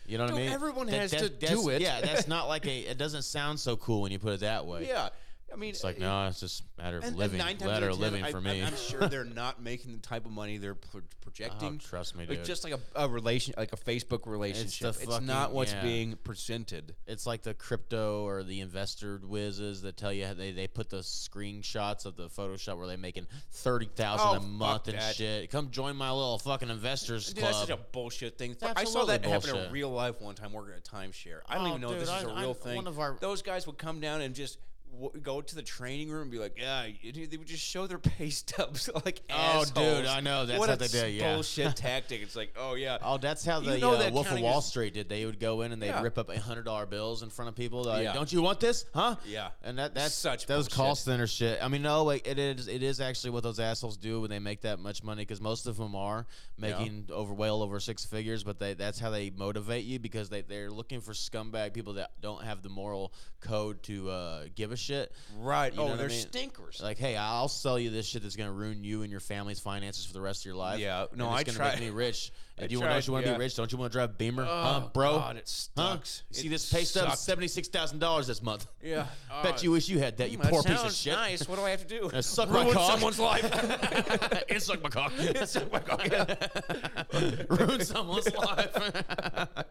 You know what I
Dude,
mean?
everyone has to
that's-
do it.
Yeah, that's not like a. It doesn't sound so cool when you put it that way.
Yeah. I mean,
It's like,
uh,
no, it's just a matter of
and- and
living.
nine times out
matter
of
of
10,
living
I-
for
I'm-
me.
I'm sure they're not making the type of money they're pro-
oh,
projecting.
trust me, dude.
Like just like a, a relation, like a Facebook relationship. It's,
fucking-
not what's
yeah.
being presented.
it's like the crypto or the investor whizzes that tell you how they, they put the screenshots of the Photoshop where they're making thirty thousand
Oh,
a
fuck
month and
that.
shit. Come join my little fucking investors
Dude,
club.
that's such a bullshit thing.
It's
I saw that
absolutely
happen
bullshit.
in real life one time working at a timeshare. I don't
Oh,
even know if
dude,
this is
I-
a
I-
real thing.
one of our-
Those guys would come down and just w- go to the training room and be like, "Yeah," you- dude, they wode just show their pay stubs like
Oh, dude,
assholes.
I know, that's
what
how
a
they do it, yeah.
bullshit tactic. It's like, oh yeah,
Oh, that's how
You
the
know
uh,
that
Wolf of
counting
Wall
is-
Street did. They would go in and they'd
Yeah.
rip up hundred dollar bills in front of people. They're Like,
Yeah.
don't you want this, huh?
Yeah.
And that that's
Such
those call
bullshit.
center shit. I mean, no, like it is it is actually what those assholes do when they make that much money because most of them are making over well over six figures, but they that's how they motivate you because they they're looking for scumbag people that don't have the moral code to uh, give a shit.
right.
You know
oh,
what I
they're
mean?
stinkers.
Like, hey, I'll sell you this shit that's gonna ruin you and your family's finances for the rest of your life.
Yeah,
and
no,
it's
I
gonna
tried-
Make me rich.
I
And you don't
tried,
you want to
yeah.
be rich? Don't you want to drive Beamer? huh,
Oh,
bro?
God, it
Huh?
sucks.
See
It
this pay stub,
sucked.
seventy six thousand dollars this month.
yeah.
Bet
Oh,
you wish you had that. You
that
poor piece of
sounds
shit.
Nice. What do I have to do?
Uh, suck my
Ruin
cock.
someone's life.
it sucked my cock.
It sucked my cock, yeah.
Ruined someone's life.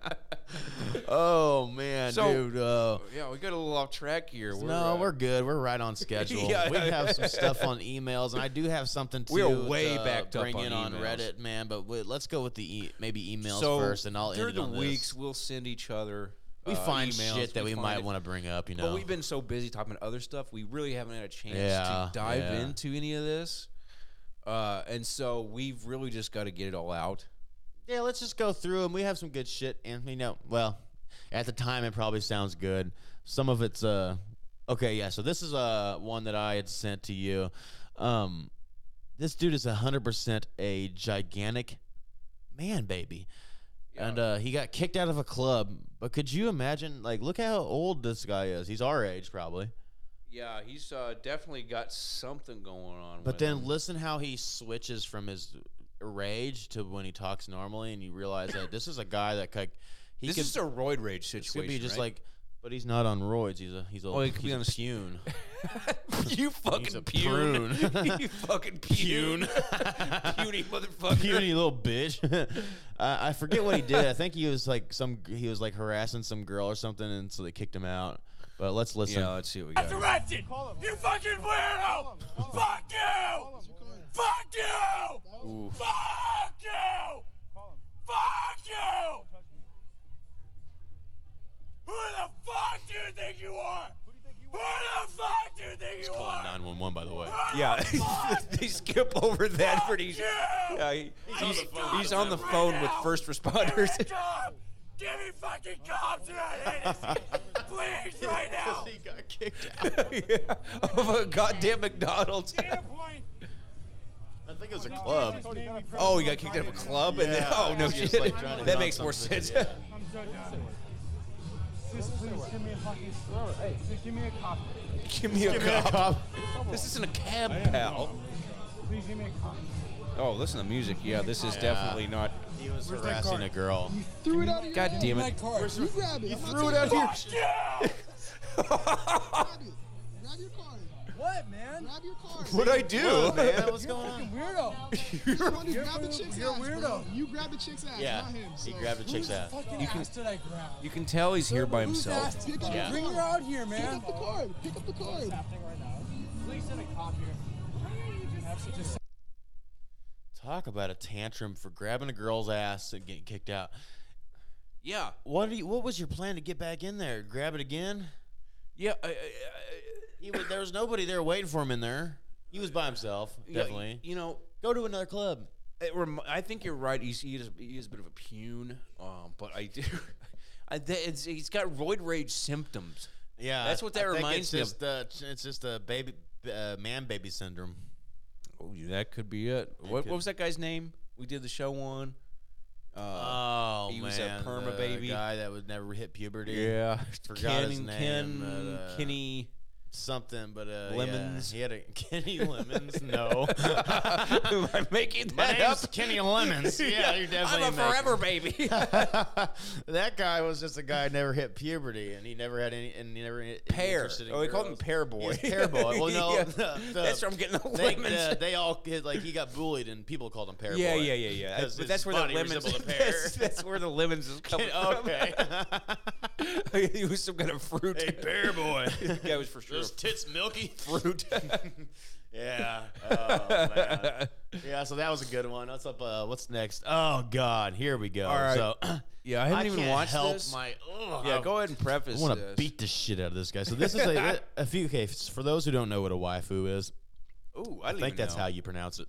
oh man,
So-
dude. Uh,
yeah, we got a little off track here.
no,
uh,
we're good. We're right on schedule.
Yeah.
we have some stuff on emails, and I do have something to
We are way
to
backed up
bring
on
in on
emails.
Reddit, man. But we, let's go with the e- maybe emails first, and I'll
during
end it
the
on this.
weeks we'll send each other.
We
uh,
find
emails,
shit that we,
find
might
it.
want to bring up, you know.
But we've been so busy talking about other stuff, we really haven't had a chance
Yeah,
to dive
yeah.
into any of this. Uh, and so we've really just got to get it all out.
yeah, let's just go through them. We have some good shit, and you know, well, at the time it probably sounds good. Some of it's uh, okay, yeah. So this is uh one that I had sent to you. Um, this dude is hundred percent a gigantic man, baby. And uh, he got kicked out of a club. But could you imagine? Like, look how old this guy is. He's our age, probably.
Yeah, he's uh, definitely got something going on.
But
with
then
him.
listen how he switches from his rage to when he talks normally, and you realize that this is a guy that could, he
this
could,
is a roid rage
this
situation.
could be just
right?
like, but he's not on roids. He's a he's a
Oh, he could
he's
be on
a
a-
pune.
you
a
fucking pune.
prune.
you fucking pune. Puny motherfucker.
puny little bitch. uh, I forget what he did. I think he was like some he was like harassing some girl or something, and so they kicked him out. But let's listen.
Yeah, let's see what we got.
directed. You fucking weirdo. Fuck you. Fuck you. Fuck you. Fuck you. Who the fuck do you think you are? Who the fuck do you think you
Calling
are?
911, by the way.
Yeah, they skip over that
Fuck
pretty.
you!
Yeah, he- he's,
on the phone.
he's on the
Right
phone with
now.
first
Give me a
responders.
job. Give me fucking cops and I hate Please, right now.
got kicked out.
Yeah, of a goddamn McDonald's.
Data point.
I think it was a club.
Oh, he got kicked out of a club, and then,
Yeah,
oh no
he's just,
shit,
like, trying to
that
dump
makes more
something.
sense.
Yeah.
I'm so done. Just please give me a fucking throw. Hey, just give me a cop.
give me a
Give me a
cop.
cop.
This isn't a cab, pal.
Please give me a cop.
Oh, listen to music. Yeah, this is definitely not.
He was
Where's that
harassing
card?
a girl.
You threw it out of your
God
hand
damn
in
it.
that car. You grab it. You
threw it out
Fuck you!
Grab it. Grab your car.
What, man?
Grab your car.
What'd I do?
Man, what's going on?
Fucking weirdo.
You want to grab the chick's
you're a
ass, bro.
weirdo.
You grab the chick's ass,
Yeah,
not him.
he
so-
grabbed the chick's
Whose
ass.
fucking
You
ass did I grab?
You can tell he's here by
Whose
himself.
ass
Pick
did
up
I
Yeah.
the
Bring
car.
her out here,
Pick
man.
up the car. Pick up the car.
happening right now. Please send a cop here. Just
Talk about a tantrum for grabbing a girl's ass and getting kicked out.
Yeah,
What do you, What was your plan to get back in there? Grab it again?
yeah. uh, I- I- I-
He was, there was nobody there waiting for him in there. He was by himself,
yeah,
definitely.
You know,
Go to another club.
It rem- I think you're right. He's, he, is, he is a bit of a pune, um, but I do. I, th- it's, he's got roid rage symptoms.
Yeah,
That's what that
think it's
reminds me of.
just, uh, ch- it's just a baby, uh, man, baby syndrome.
Oh, yeah, that could be it. What,
could-
what was that guy's name? We did the show on. Uh,
Oh
he
man,
was a perma
the
baby.
guy that would never hit puberty. forgot
Ken,
his name,
Ken,
but, uh,
Kenny.
something, but uh, yeah,
Lemons.
He had a Kenny Lemons. no,
Am I making
my
that
name's
up?
Kenny Lemons. Yeah, you're definitely.
I'm a
making-
forever baby.
that guy was just a guy who never hit puberty, and he never had any, and he never hit any
pear.
interest in
Oh, we called him
girls.
Pear Boy.
He was Pear Boy. Well, no,
Yeah.
the- the-
that's where I'm getting the
They,
lemons.
uh, they all hit, like he got bullied, and people called him Pear
yeah,
Boy.
yeah, yeah, yeah.
'cause his
But that's where the
body
lemons.
resembled a pear.
That's, that's where the lemons is coming
okay.
from. he was some kind of fruit.
hey, Pear Boy.
the guy was for sure
Those tits milky.
a fruit.
Yeah. Oh, man. Yeah, so that was a good one. What's up? Uh, what's next? Oh God, here we go.
All right.
So
yeah, I
I
haven't even
can't
watched
help
this.
my. Ugh,
yeah,
I-
go ahead and preface.
I want to
this.
beat the shit out of this guy. So this is a, a few. Okay, for those who don't know what a waifu is,
Ooh, I,
I think that's how you pronounce it.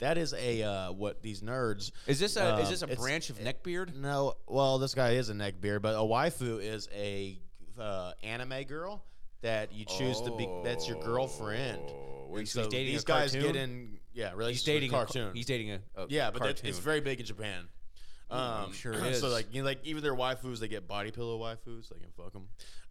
That is a uh, what these nerds.
Is this a
um,
is this a
it's-
branch of neckbeard?
No, well, this guy is a neckbeard, but a waifu is a uh, anime girl that you choose to be. That's your girlfriend.
Oh,
And
wait, so he's dating
these
a
guys
cartoon?
get in. Yeah, really,
He's dating a
cartoon.
cartoon. he's dating a, a
yeah, but that, it's
cartoon.
very big in Japan. Um,
I'm sure it
So
is.
like, you know, like even their waifus, they get body pillow waifus. They can fuck them,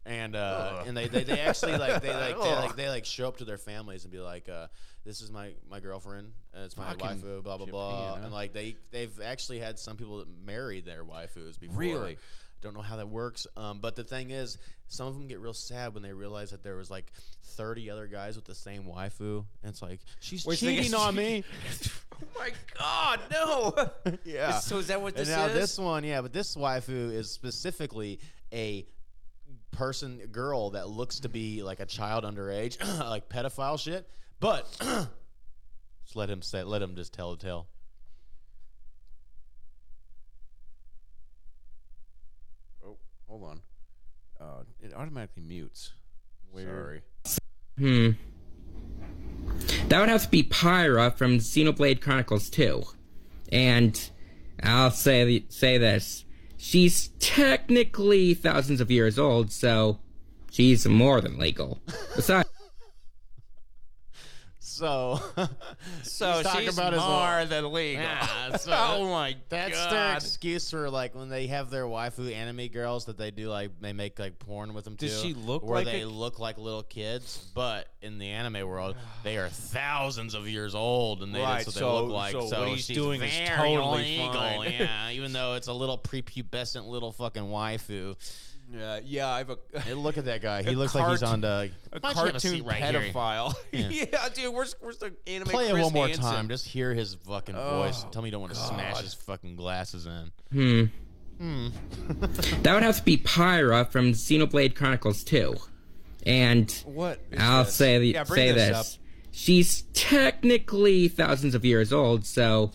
and uh, and they, they, they actually like they like they like they like show up to their families and be like, uh, this is my my girlfriend. uh, It's my
Fucking
waifu. Blah blah blah.
Japan, huh?
And like they they've actually had some people that marry their waifus before.
Really?
Don't know how that works, um, but the thing is, some of them get real sad when they realize that there was like thirty other guys with the same waifu, and it's like she's
Wait, so they
cheating
guess-
on me.
oh my god, no!
Yeah.
So is that what
And
this
now
is?
this one, yeah, but this waifu is specifically a person, girl that looks to be like a child underage, like pedophile shit. But just let him say, let him just tell the tale.
oh, hold on. Uh, it automatically mutes. Sorry.
Hmm. That would have to be Pyra from Xenoblade Chronicles 2. And I'll say say this. She's technically thousands of years old, so she's more than legal. Besides,
So,
So
he's talking
she's
about his
more
wife.
than legal.
Yeah, so
oh my
That's
god!
their excuse for like when they have their waifu anime girls that they do like they make like porn with them
Does
too,
she look
where
like
they
a-
look like little kids, but in the anime world they are thousands of years old and they
Right,
that's what
so-
they look like.
so
So,
what he's
she's
doing
very
is totally
illegal,
fine.
yeah. Even though it's a little prepubescent little fucking waifu,
Yeah, yeah, I have a,
and look at that guy. He
A
looks like he's
cart-
on the
a
Why don't you have
cartoon
seat right here?
pedophile.
Yeah.
Yeah. dude, where's where's the anime?
Play it
Chris
one more
Hansen?
time. Just hear his fucking voice.
Oh,
Tell me you don't want to smash
God.
his fucking glasses in.
hmm. that would have to be Pyra from Xenoblade Chronicles 2. And
What? is
I'll
this?
say
yeah, bring
say
this.
this.
Up.
She's technically thousands of years old, so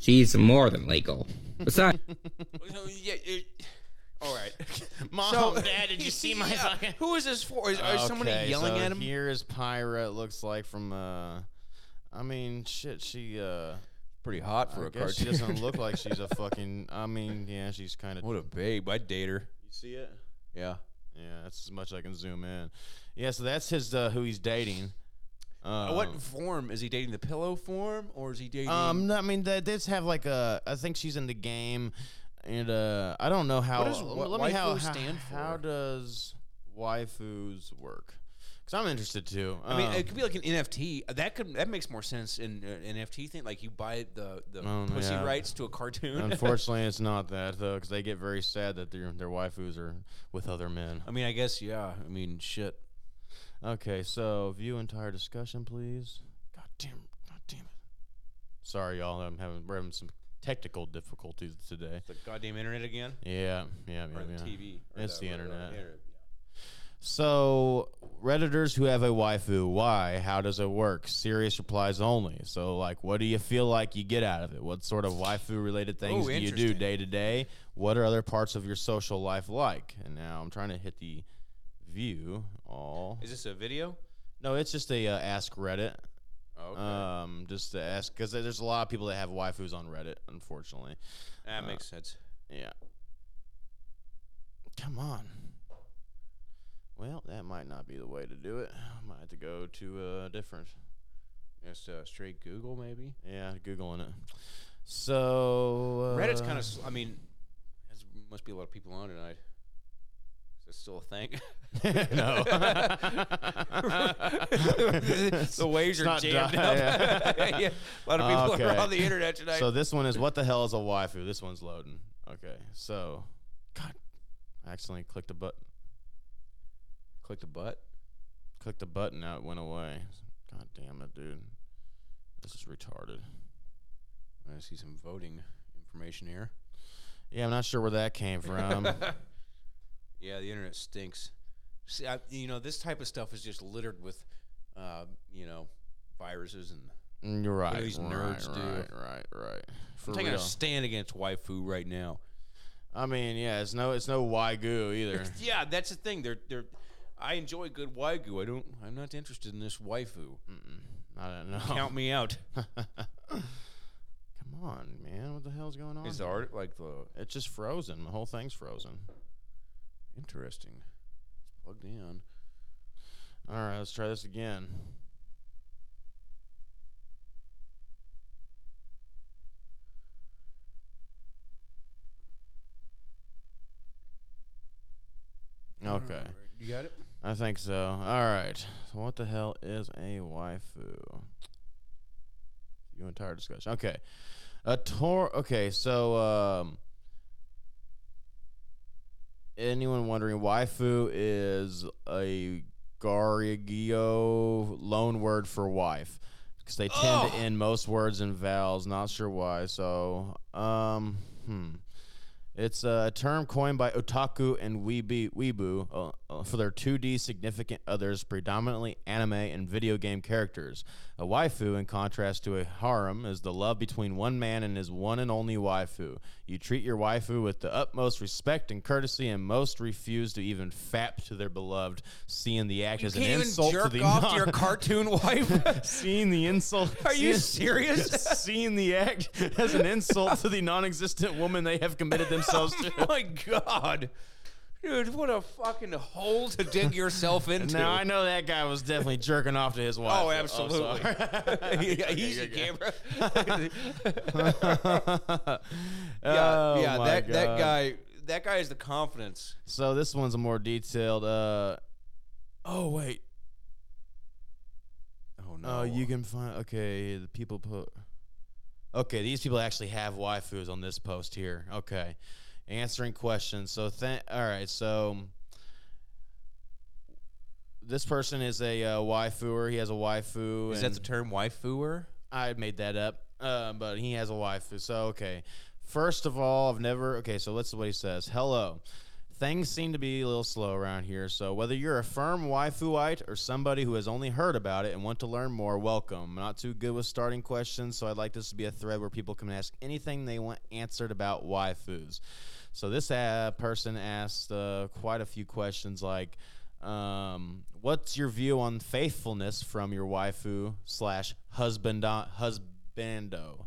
she's more than legal. Besides,
So, Oh, yeah, it- all right.
Mom,
So-
Dad, did you see my
Yeah,
fucking?
Who is this for? Is, is somebody
Okay,
yelling
so
at him?
Here is Pyra. It looks like from. Uh, I mean, shit. She. Uh,
Pretty hot for
I
a
guess
cartoon.
she doesn't look like she's a fucking. I mean, yeah, she's kind of. You
what a babe. I'd date her.
see it?
Yeah.
Yeah, that's as much I can zoom in. Yeah, so that's his uh, who he's dating. Um,
what form is he dating? The pillow form, or is he dating?
Um, no, I mean, they did have like a. I think she's in the game, and uh, I don't know how.
What does
let
wa-
me- let me how,
waifu
how-
stand
How
for?
does waifus work? Because I'm interested too.
I mean,
Um,
it could be like an NFT. Uh, That could that makes more sense in uh, an NFT thing. Like you buy the the
Oh,
pussy
yeah.
rights to a cartoon.
Unfortunately, it's not that though, because they get very sad that their their waifus are with other men.
I mean, I guess yeah. I mean, shit.
Okay, so view entire discussion, please. God damn, god damn it. Sorry, y'all. I'm having we're having some technical difficulties today.
The goddamn internet again,
Yeah, yeah, yeah.
or the
yeah.
TV. or uh,
It's the
or
internet.
yeah.
So, redditors who have a waifu, why? How does it work? Serious replies only. So, like, what do you feel like you get out of it? What sort of waifu-related things
Ooh,
do you do
interesting.
day to day? What are other parts of your social life like? And now I'm trying to hit the view all.
Is this a video?
No, it's just a uh, ask Reddit.
Oh, okay.
Um, just to ask because there's a lot of people that have waifus on Reddit, unfortunately.
that
uh,
makes sense.
Yeah. Come on. Well, that might not be the way to do it. I might have to go to a different.
Just uh, straight Google, maybe.
Yeah, googling it. So uh,
Reddit's kind of. I mean, there's must be a lot of people on tonight. Is that still a thing?
no.
the waves
It's not
are jammed
dry,
up.
yeah.
Yeah, A lot of people
Okay.
are on the internet tonight.
so this one is what the hell is a waifu? This one's loading. Okay, so God, I accidentally clicked a button.
click the butt.
Clicked the button. Now it went away. God damn it, dude. This is retarded.
I see some voting information here.
Yeah, I'm not sure where that came from.
Yeah, the internet stinks. See, I, you know, this type of stuff is just littered with, uh, you know, viruses and.
Mm, You're right.
these
right,
nerds do.
right, Right, right. For
I'm taking
real.
a stand against waifu right now.
I mean, yeah, it's no, it's no waigu either.
Yeah, that's the thing. They're they're. I enjoy good waifu. I don't. I'm not interested in this waifu.
Oh. I don't know.
Count me out.
Come on, man. What the hell's going on?
Is the
here?
art like the
It's just frozen. The whole thing's frozen.
interesting? It's plugged in.
All right, let's try this again. Okay,
You got it.
I think so. All right. So what the hell is a waifu? You entire discussion. Okay. A tor. Okay, so um, anyone wondering, waifu is a garigio loan word for wife because they tend to end most words in vowels. Not sure why. So, um, hmm. It's a term coined by otaku and weebi, weebu uh, uh, for their 2D significant others, predominantly anime and video game characters. A waifu, in contrast to a harem, is the love between one man and his one and only waifu. You treat your waifu with the utmost respect and courtesy, and most refuse to even fap to their beloved, seeing the act as an insult to the non-
cartoon wife.
seeing the insult.
Are you
seeing-
serious?
Seeing the act as an insult to the non-existent woman they have committed themselves to.
oh my god, dude! What a fucking hole to dig yourself into.
Now I know that guy was definitely jerking off to his wife.
Oh, absolutely.
sorry.
yeah, easy,
Okay,
camera.
Oh,
yeah, yeah
my
that that
God.
guy that guy is the confidence.
So this one's a more detailed. Uh, oh wait.
Oh
Oh, you can find. Okay, the people put. Okay, these people actually have waifus on this post here. Okay, answering questions. So thank. All right, so. This person is a uh, waifuer. He has a waifu.
Is
and-
that the term waifuer?
I made that up, uh, but he has a wife. So, okay. First of all, I've never. Okay, so let's see what he says. Hello. Things seem to be a little slow around here, so whether you're a firm waifuite or somebody who has only heard about it and want to learn more, welcome. I'm not too good with starting questions, so I'd like this to be a thread where people can ask anything they want answered about waifus. So this uh, person asked uh, quite a few questions like, um, what's your view on faithfulness from your waifu slash husband husbando?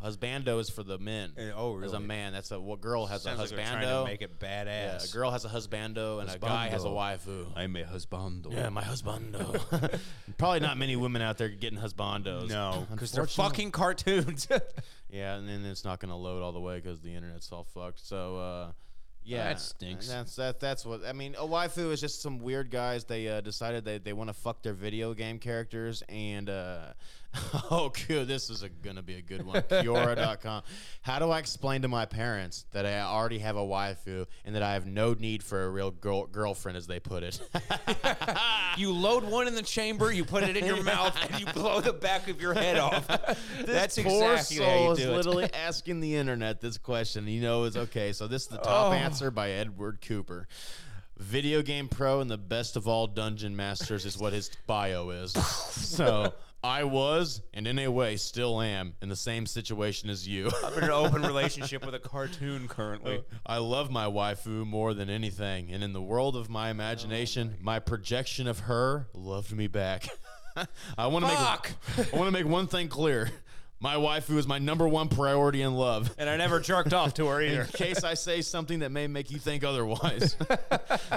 Husbando is for the men.
Eh, oh,
As a
really?
man, that's a what girl has a
Sounds like they're trying
husbando.
to make it
yeah,
badass.
a girl has a husbando and a guy has a waifu.
I'm a husbando.
yeah, my husbando. Probably not many women out there getting husbandos.
no, because they're
Unfortunately.
fucking cartoons.
Yeah, and then it's not going to load all the way because the internet's all fucked. So, uh, yeah,
That stinks.
That's that. That's what I mean. A waifu is just some weird guys. They uh, decided they they want to fuck their video game characters. And uh, oh, good, this is a, gonna be a good one. Kiora.com. How do I explain to my parents that I already have a waifu and that I have no need for a real girl, girlfriend, as they put it?
you load one in the chamber, you put it in your mouth, and you blow the back of your head off. That's
Poor
exactly how
soul
you
is
do it.
literally asking the internet this question. You know, it's okay. So this is the
Oh.
top answer by Edward Cooper. Video game pro and the best of all dungeon masters is what his bio is. So I was, and in a way, still am, in the same situation as you.
I'm in an open relationship with a cartoon currently.
I love my waifu more than anything, and in the world of my imagination, my projection of her loved me back. I want to make I want to make one thing clear. My waifu is my number one priority in love.
And I never jerked off to her
In
either.
case I say something that may make you think otherwise,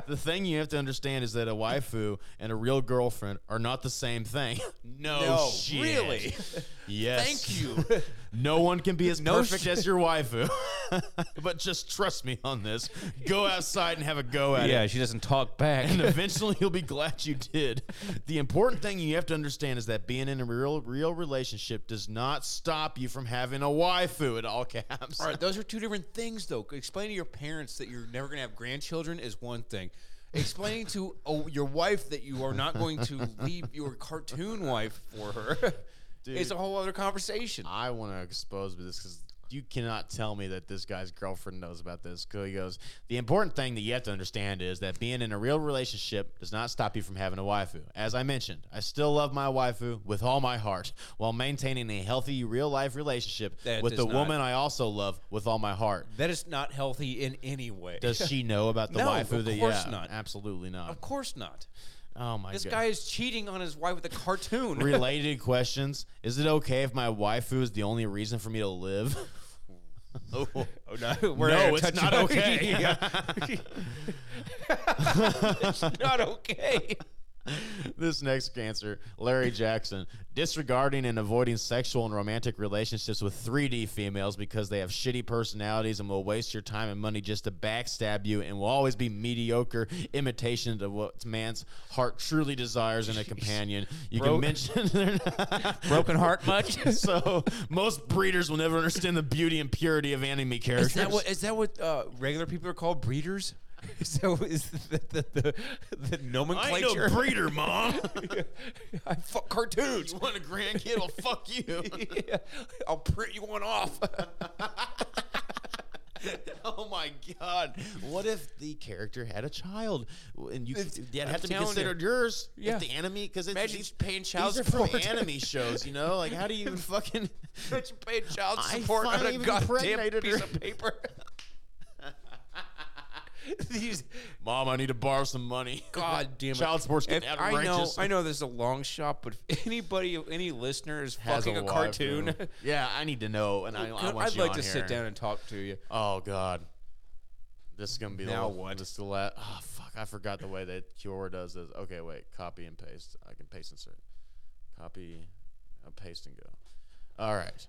the thing you have to understand is that a waifu and a real girlfriend are not the same thing. No,
No,
shit.
really?
Yes.
Thank you.
No one can be as
No
perfect
sh-
as your waifu. but just trust me on this. Go outside and have a go at it.
Yeah, she doesn't talk back.
and eventually you'll be glad you did. The important thing you have to understand is that being in a real real relationship does not stop you from having a waifu at all caps.
All right, those are two different things, though. Explaining to your parents that you're never going to have grandchildren is one thing. Explaining to oh, your wife that you are not going to leave your cartoon wife for her is a whole other conversation.
I want to expose this because you cannot tell me that this guy's girlfriend knows about this. 'Cause He goes, the important thing that you have to understand is that being in a real relationship does not stop you from having a waifu. As I mentioned, I still love my waifu with all my heart while maintaining a healthy real life relationship
That
with
does
the
not-
woman I also love with all my heart.
That is not healthy in any way.
Does she know about the
No,
waifu?
of
that,
course
yeah,
not.
Absolutely not.
of course not.
Oh my
This
god.
guy is cheating on his wife with a cartoon.
Related questions: Is it okay if my waifu is the only reason for me to live? oh, No,
no, we're not gonna
it's
touch
not
on-
okay.
Yeah. it's not okay.
this next cancer, Larry Jackson, disregarding and avoiding sexual and romantic relationships with 3D females because they have shitty personalities and will waste your time and money just to backstab you and will always be mediocre imitations of what man's heart truly desires in a companion. You
Bro-
can mention their
Broken heart much?
so most breeders will never understand the beauty and purity of anime characters.
Is that what is that what uh, regular people are called breeders? Is that what- is the the, the, the
I ain't
nomenclature?
no breeder, mom.
I fuck cartoons.
you want a grandkid? Well, fuck you.
Yeah, I'll print you one off.
oh my god! What if the character had a child, and you
It's-
that'd
I'm
have to be
telling you.
considered yours?
Yeah.
If the anime, because
Imagine
these,
paying child
these are from
support.
anime shows, you know. Like, how do you even fucking?
That you paid child
I
support on
finally
a
even
goddamn
impregnated
piece
her.
of paper. These
Mom, I need to borrow some money.
goddamn
Child support's
If-
getting
I know,
outrageous.
I know. This is a long shot, but if anybody, any listener is
Has
fucking a,
wife,
cartoon.
though. Yeah, I need to know, and I, I want
I'd
you
like
on
to
here.
sit down and talk to you.
Oh God, this is gonna be
Now
the,
what?
This is the last. Oh fuck! I forgot the way that Cure does this. Okay, wait. Copy and paste. I can paste insert. Copy, uh, paste and go. All right.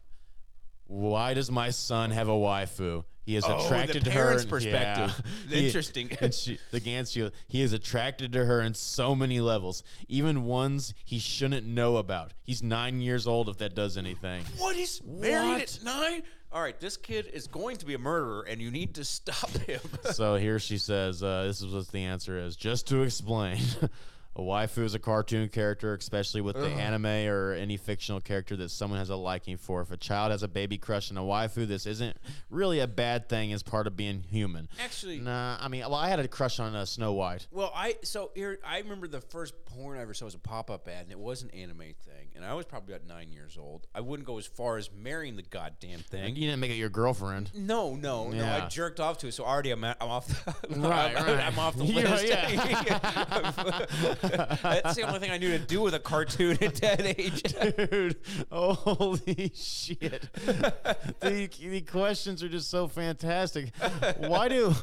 Why does my son have a waifu? He is
Oh, the
attracted to her.
parents'
and-
perspective.
yeah. He-
Interesting.
and she, the Ganshield, he is attracted to her in so many levels, even ones he shouldn't know about. He's nine years old. If that does anything,
What is married
What?
at nine? All right, this kid is going to be a murderer, and you need to stop him.
so here she says, uh, "This is what the answer is." Just to explain, a waifu is a cartoon character, especially with the anime or any fictional character that someone has a liking for. If a child has a baby crush on a waifu, this isn't really a bad thing as part of being human.
Actually-
nah. I mean, well, I had a crush on uh, Snow White.
well, I so here I remember the first porn I ever saw was a pop up ad, and it was an anime thing, and I was probably about nine years old. I wouldn't go as far as marrying the goddamn
And
thing.
you didn't make it your girlfriend.
No, no, no.
Yeah.
I jerked off to it, so already I'm, out, I'm off. The, I'm,
Right,
I'm,
right.
off the
Yeah,
list.
yeah.
That's the only thing I knew to do with a cartoon at that age.
Dude, holy shit. the, the questions are just so fantastic. Why do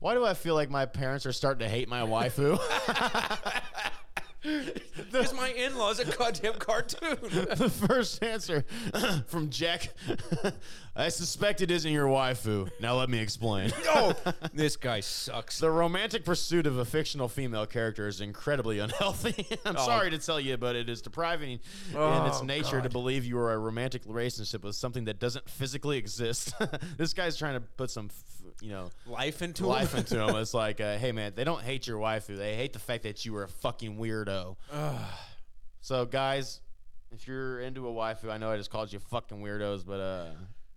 why do I feel like my parents are starting to hate my waifu?
Because my in-laws a goddamn cartoon.
the first answer from Jack I suspect it isn't your waifu. Now let me explain.
No, this guy sucks.
The romantic pursuit of a fictional female character is incredibly unhealthy. I'm sorry to tell you, but it is depriving in its nature to believe you are a romantic relationship with something that doesn't physically exist. this guy's trying to put some, f- you know,
Life into
life
him.
into him. It's like, uh, hey man, they don't hate your waifu. They hate the fact that you were a fucking weirdo. so guys, if you're into a waifu, I know I just called you fucking weirdos, but uh,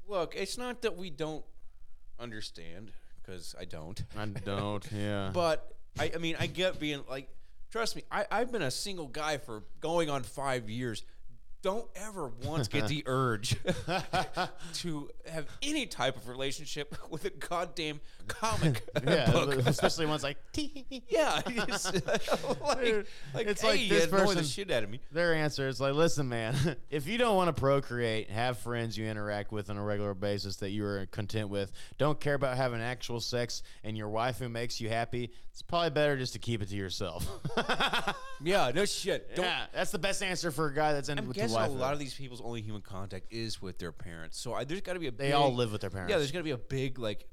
Look, it's not that we don't understand, because I don't.
I don't. Yeah.
But I, I mean, I get being like, trust me, I, I've been a single guy for going on five years. Don't ever once get the urge to have any type of relationship with a goddamn comic
yeah,
book.
especially one's like.
Yeah, it's like, like
It's
hey,
like
you
this
annoy the
person-
shit out of me.
Their answer is like, listen, man, if you don't want to procreate, have friends you interact with on a regular basis that you are content with, don't care about having actual sex, and your waifu makes you happy, it's probably better just to keep it to yourself.
Yeah, no shit. Don't.
yeah, that's the best answer for a guy that's in
I'm
with
guess
life
a
of
lot
it.
of these people's only human contact is with their parents. So I, there's got to be a
They
big-
all live with their parents.
Yeah, there's got to be a big like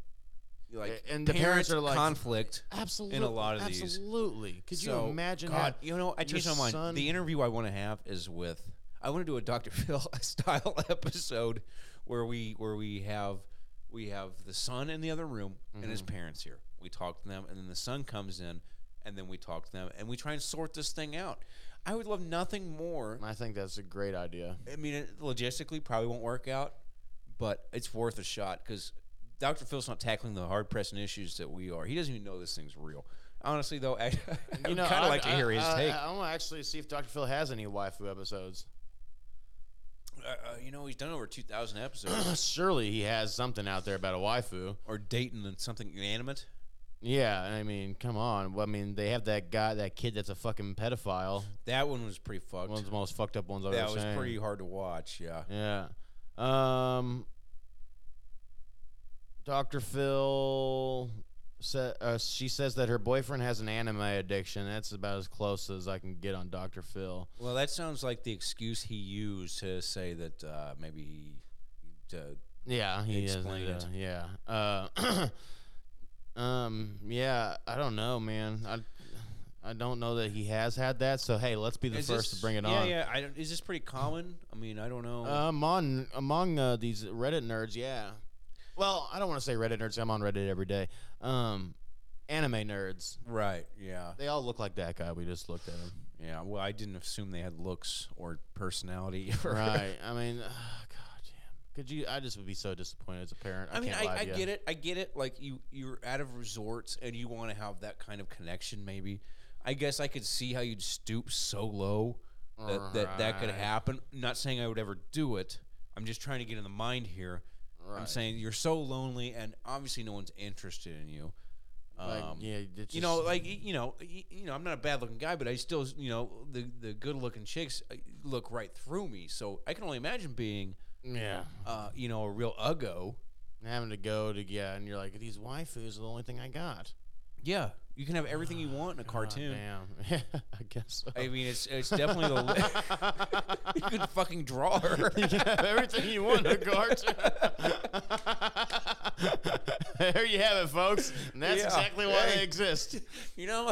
like
A- and the parents are like-
conflict
absolutely
in a lot of these.
Absolutely. Could
So,
you imagine?
God,
had
you know, I
your
changed my mind.
son-
The interview I want to have is with. I want to do a Dr. Phil style episode where we where we have we have the son in the other room and
Mm-hmm.
his parents here. We talk to them, and then the son comes in, and then we talk to them, and we try and sort this thing out. I would love nothing more.
I think that's a great idea.
I mean, it logistically probably won't work out, but it's worth a shot because Dr. Phil's not tackling the hard pressing issues that we are. He doesn't even know this thing's real. Honestly, though, I, I would kind of like to hear his
I,
take.
I, want to actually see if Dr. Phil has any waifu episodes.
uh, uh, you know, he's done over 2,000 episodes.
Surely he has something out there about a waifu.
or dating and something inanimate.
Yeah, I mean, come on. Well, I mean, they have that guy, that kid that's a fucking pedophile.
That one was pretty fucked.
One of the most fucked up ones I've
that
ever
was
seen.
pretty hard to watch, yeah.
Yeah. Um. Dr. Phil. Sa- uh, she says that her boyfriend has an anime addiction. That's about as close as I can get on Dr. Phil.
Well, that sounds like the excuse he used to say that uh, maybe he. To,
Yeah, he is.
Explain it.
Yeah. Uh, um. Yeah. I don't know, man. I I don't know that he has had that. So hey, let's be the
Is
first
this-
to bring it
yeah,
on.
Yeah, I don't, is this pretty common? I mean, I don't know.
Um, on among uh, these Reddit nerds, yeah. Well, I don't want to say Reddit nerds. I'm on Reddit every day. Um, anime nerds.
Right. Yeah.
They all look like that guy. We just looked at him.
Yeah. Well, I didn't assume they had looks or personality. Or
right. I mean, uh, god damn. Could you? I just would be so disappointed as a parent. I,
I mean,
can't
I,
lie
I
to
get it. I get it. Like you, you're out of resorts and you want to have that kind of connection. Maybe. I guess I could see how you'd stoop so low that that, that could
Right.
happen. Not saying I would ever do it. I'm just trying to get in the mind here. I'm
Right.
saying you're so lonely, and obviously no one's interested in you.
Like,
Um,
yeah, it's just,
you know, like y- you know, y- you know, I'm not a bad looking guy, but I still, you know, the the good looking chicks uh, look right through me. So I can only imagine being,
yeah,
uh, you know, a real uggo.
having to go to yeah, and you're like these waifus are the only thing I got.
Yeah, you can have everything you want in a cartoon.
Damn. I guess. So.
I mean, it's it's definitely the li- you could fucking draw her.
You have everything you want in a cartoon. there you have it, folks. And that's
Yeah.
exactly why
Hey.
they exist.
You know,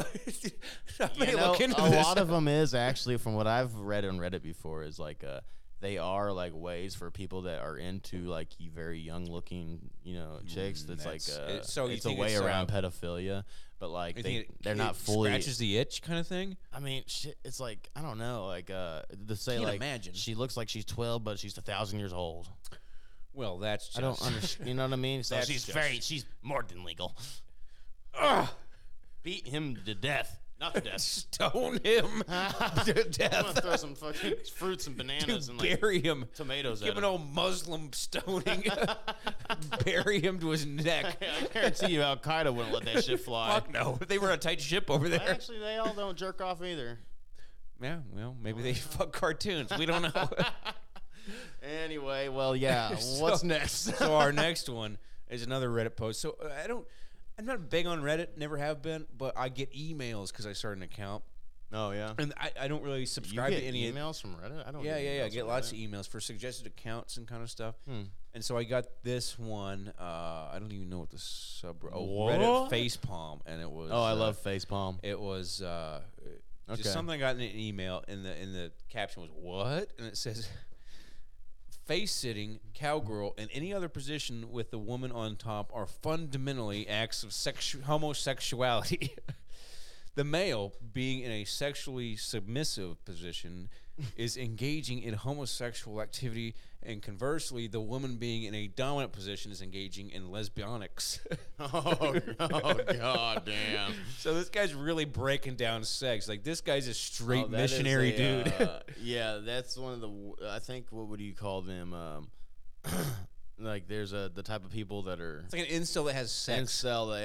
I may
You know,
look into
a
this.
lot of them is actually, from what I've read on Reddit before, is like uh, they are like ways for people that are into like y- very young looking, you know, chicks. That's,
Mm, that's-
like uh,
it- so you
it's a
think
way
it's,
around
uh,
pedophilia, but like
You
they
think it-
they're
it
not fully
scratches the itch kind of thing.
I mean, shit, it's like I don't know, like uh, to say
Can't
like
imagine.
she looks like she's twelve, but she's a thousand years old.
Well, that's just,
I don't understand. You know what I mean? So
That's
she's
just-
very, she's more than legal. Beat him to death, not to death.
Stone him to
I'm gonna
death.
throw some fucking fruits and bananas and like
Bury him.
tomatoes
Give
at
an
him.
old Muslim stoning. Bury him to his neck.
I guarantee you, Al Qaeda wouldn't let that shit fly.
Fuck no. They were on a tight ship over there.
Actually, they all don't jerk off either.
yeah, well, maybe they fuck cartoons. We don't know.
Anyway, well, yeah.
So-
what's next?
so our next one is another Reddit post. So uh, I don't I'm not big on Reddit, never have been, but I get emails cuz I started an account.
oh yeah.
And I, I don't really
You
subscribe
get
to any
emails from Reddit? I don't.
Yeah, yeah, yeah.
emails
I
Hmm.
get
from
lots
Reddit.
of emails for suggested accounts and kind of stuff. And so I got this one. Uh, I don't even know what the sub oh Reddit
What?
facepalm, and it was.
Oh, I
uh,
love facepalm.
It was uh, just
Okay.
something I got in an email, and the and the caption was what, and it says, "Face sitting, cowgirl, and any other position with the woman on top are fundamentally acts of sexu- homosexuality." The male, being in a sexually submissive position, is engaging in homosexual activity, and conversely, the woman being in a dominant position is engaging in lesbionics.
Oh, oh god damn.
So this guy's really breaking down sex. Like this guy's a straight
Oh, that is
missionary
a,
dude.
uh, yeah, that's one of the. w- I think what would you call them? Um, like there's a the type of people that are
it's like an incel that has sex.
incel,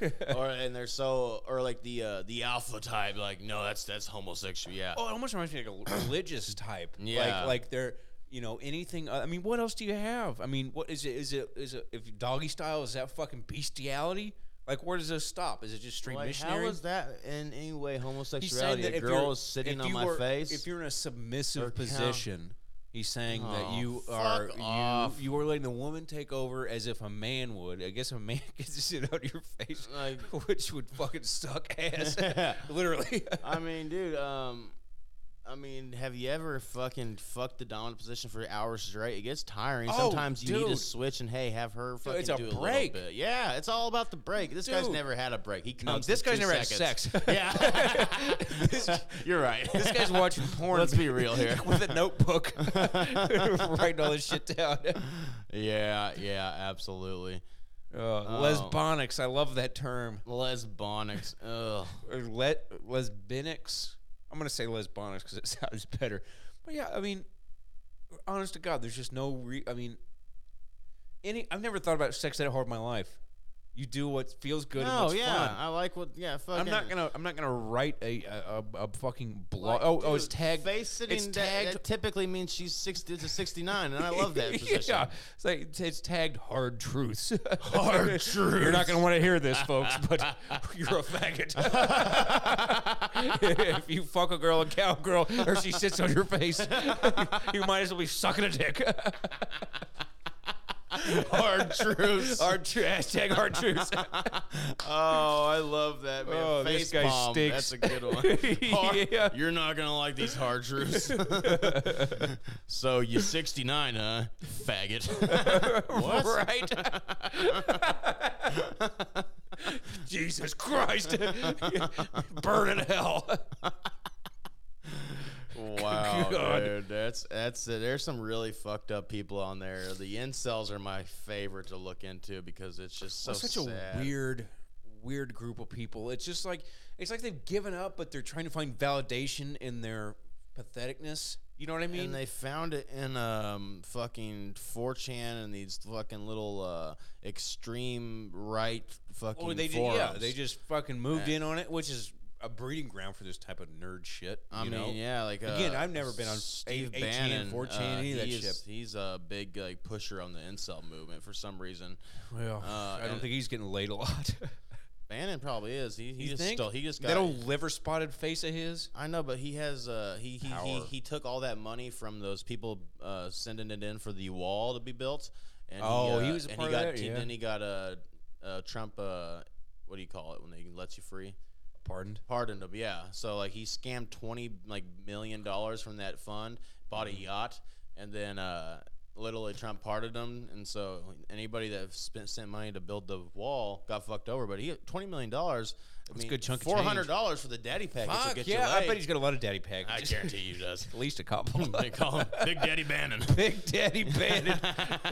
yeah, or and they're so or like the uh, the alpha type. Like no, that's that's homosexual. Yeah,
oh, it almost reminds me of like a religious type.
Yeah.
Like like they're you know anything. uh, I mean, what else do you have? I mean, what is it? Is it is it if doggy style is that fucking bestiality? Like where does this stop? Is it just straight
like
missionary?
how is that in any way
He's saying
homosexuality?
that
A
if
girl
you're-
is sitting
if
on
you
my
were-
face.
If you're in a
or
submissive
cow-
position, He's saying
Oh,
that you
fuck
are
off.
you, you are letting the woman take over as if a man would. I guess a man gets the shit out of your face,
Like-
which would fucking suck ass, literally.
I mean, dude. Um, I mean, have you ever fucking fucked the dominant position for hours straight? It gets tiring.
Oh,
Sometimes you need to
dude.
switch and hey, have her fucking
it's a
do a little
break.
bit. Yeah, it's all about the break. This guy's
Dude.
never had a break. He
No,
comes.
this
in
guy's
two
never had
seconds.
sex.
Yeah, you're right.
this guy's watching porn.
Let's be real here.
with a notebook, writing all this shit down.
Yeah, yeah, absolutely.
Uh,
Oh.
Lesbonics, I love that term.
Lesbonics. Ugh.
Or le- lesbinics. I'm gonna say lesbonics because it sounds better. But yeah, I mean, honest to God, there's just no. Re- I mean, any. I've never thought about sex that hard in my life. You do what feels good. and
No,
what's
yeah,
fun.
I like what. Yeah, fucking.
I'm not gonna. I'm not gonna write a a, a, a fucking
Like,
blog. oh, oh, it's
dude,
tagged.
Face sitting
it's
that-
tagged.
That typically means she's sixty to sixty-nine, and I love that position.
yeah, it's like it's, it's tagged hard truths. Hard truths. You're not gonna want to hear this, folks, but you're a faggot if you fuck a girl and cowgirl, or she sits on your face. you might as well be sucking a dick.
Hard truths.
Hard tr- hashtag hard truths.
Oh, I love that man.
Oh,
Face
this guy
palm.
stinks.
That's a good one. Hard-
Yeah.
You're not gonna like these hard truths. so you 69, huh, faggot? what?
right? Jesus Christ. Burn in hell.
Wow,
God.
dude, that's that's it. There's some really fucked up people on there. The incels are my favorite to look into because it's just so
Well, Oh, such
sad.
a weird weird group of people it's just like it's like they've given up but they're trying to find validation in their patheticness you know what i mean
And they found it in um fucking 4chan and these fucking little uh extreme right fucking
Oh, they did,
forums.
yeah, they just fucking moved in on it, which is a breeding ground for this type of nerd shit. You
I mean,
know?
yeah, like uh,
Again, I've never been on
Steve
8chan,
Bannon,
4chan,
uh,
any of that
he's,
shit.
He's a big like pusher on the incel movement for some reason.
Well,
Uh,
I don't
and-
think he's getting laid a lot.
Bannon probably is. He he
you
just
think
still he just got
that old liver spotted face of his?
I know, but he has uh he he, he
Power.
he took all that money from those people uh sending it in for the wall to be built. And he, uh,
Oh, he was a
and
part
he
of
got,
that,
he-
yeah.
Then he got a uh, uh, Trump. Uh, what do you call it when they let you free?
Pardoned.
Pardoned him, yeah. So like he scammed twenty like million dollars from that fund, bought
Mm-hmm.
a yacht, and then uh, literally Trump pardoned him. And so anybody that spent sent money to build the wall got fucked over. But he twenty million dollars. I mean,
a good chunk of change.
Four hundred dollars for the daddy package. will
Fuck
get
yeah!
you
I
laid.
bet he's got a lot of daddy
I
packages.
guarantee you he does.
at least a couple.
They call him Big Daddy Bannon.
Big Daddy Bandit.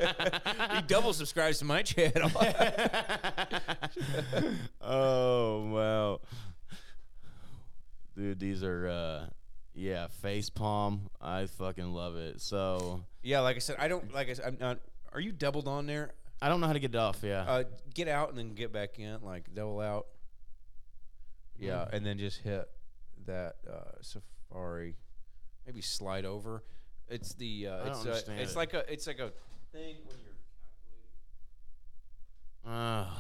he double subscribes to my channel.
oh wow, dude, these are uh, yeah, face palm. I fucking love it. So
yeah, like I said, I don't like I said, I'm not. Are you doubled on there?
I don't know how to get it off. Yeah,
Uh, get out and then get back in, like double out. Yeah, and then just hit that uh, Safari. Maybe slide over. It's the uh,
don't
it's a,
understand
it's
it.
like a it's like a thing when you're
Ah,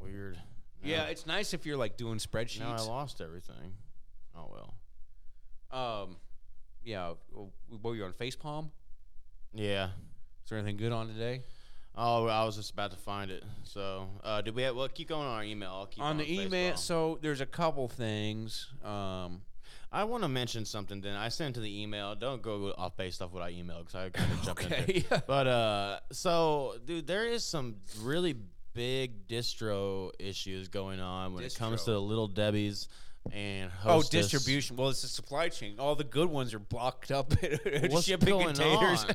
weird. No,
yeah. It's nice if you're like doing
now I
spreadsheets.
lost everything. Oh well.
um, yeah. w- What were you on FacePalm? Is
Yeah.
there anything good on today?
Oh, I was just about to find it. So, uh, did we have? Well, keep going on our email. I'll keep
on
going
the email.
Facebook.
So there's a couple things. Um,
I want to mention something. Then I sent to the email. Don't go off based off what I emailed because I kind of jumped into.
okay.
it. But uh, so dude, there is some really big distro issues going on when it comes
Distro.
to the little Debbie's and
Oh,
Hostess.
distribution. Well, it's the supply chain. All the good ones are blocked up in, in
What's
shipping
going
containers
on?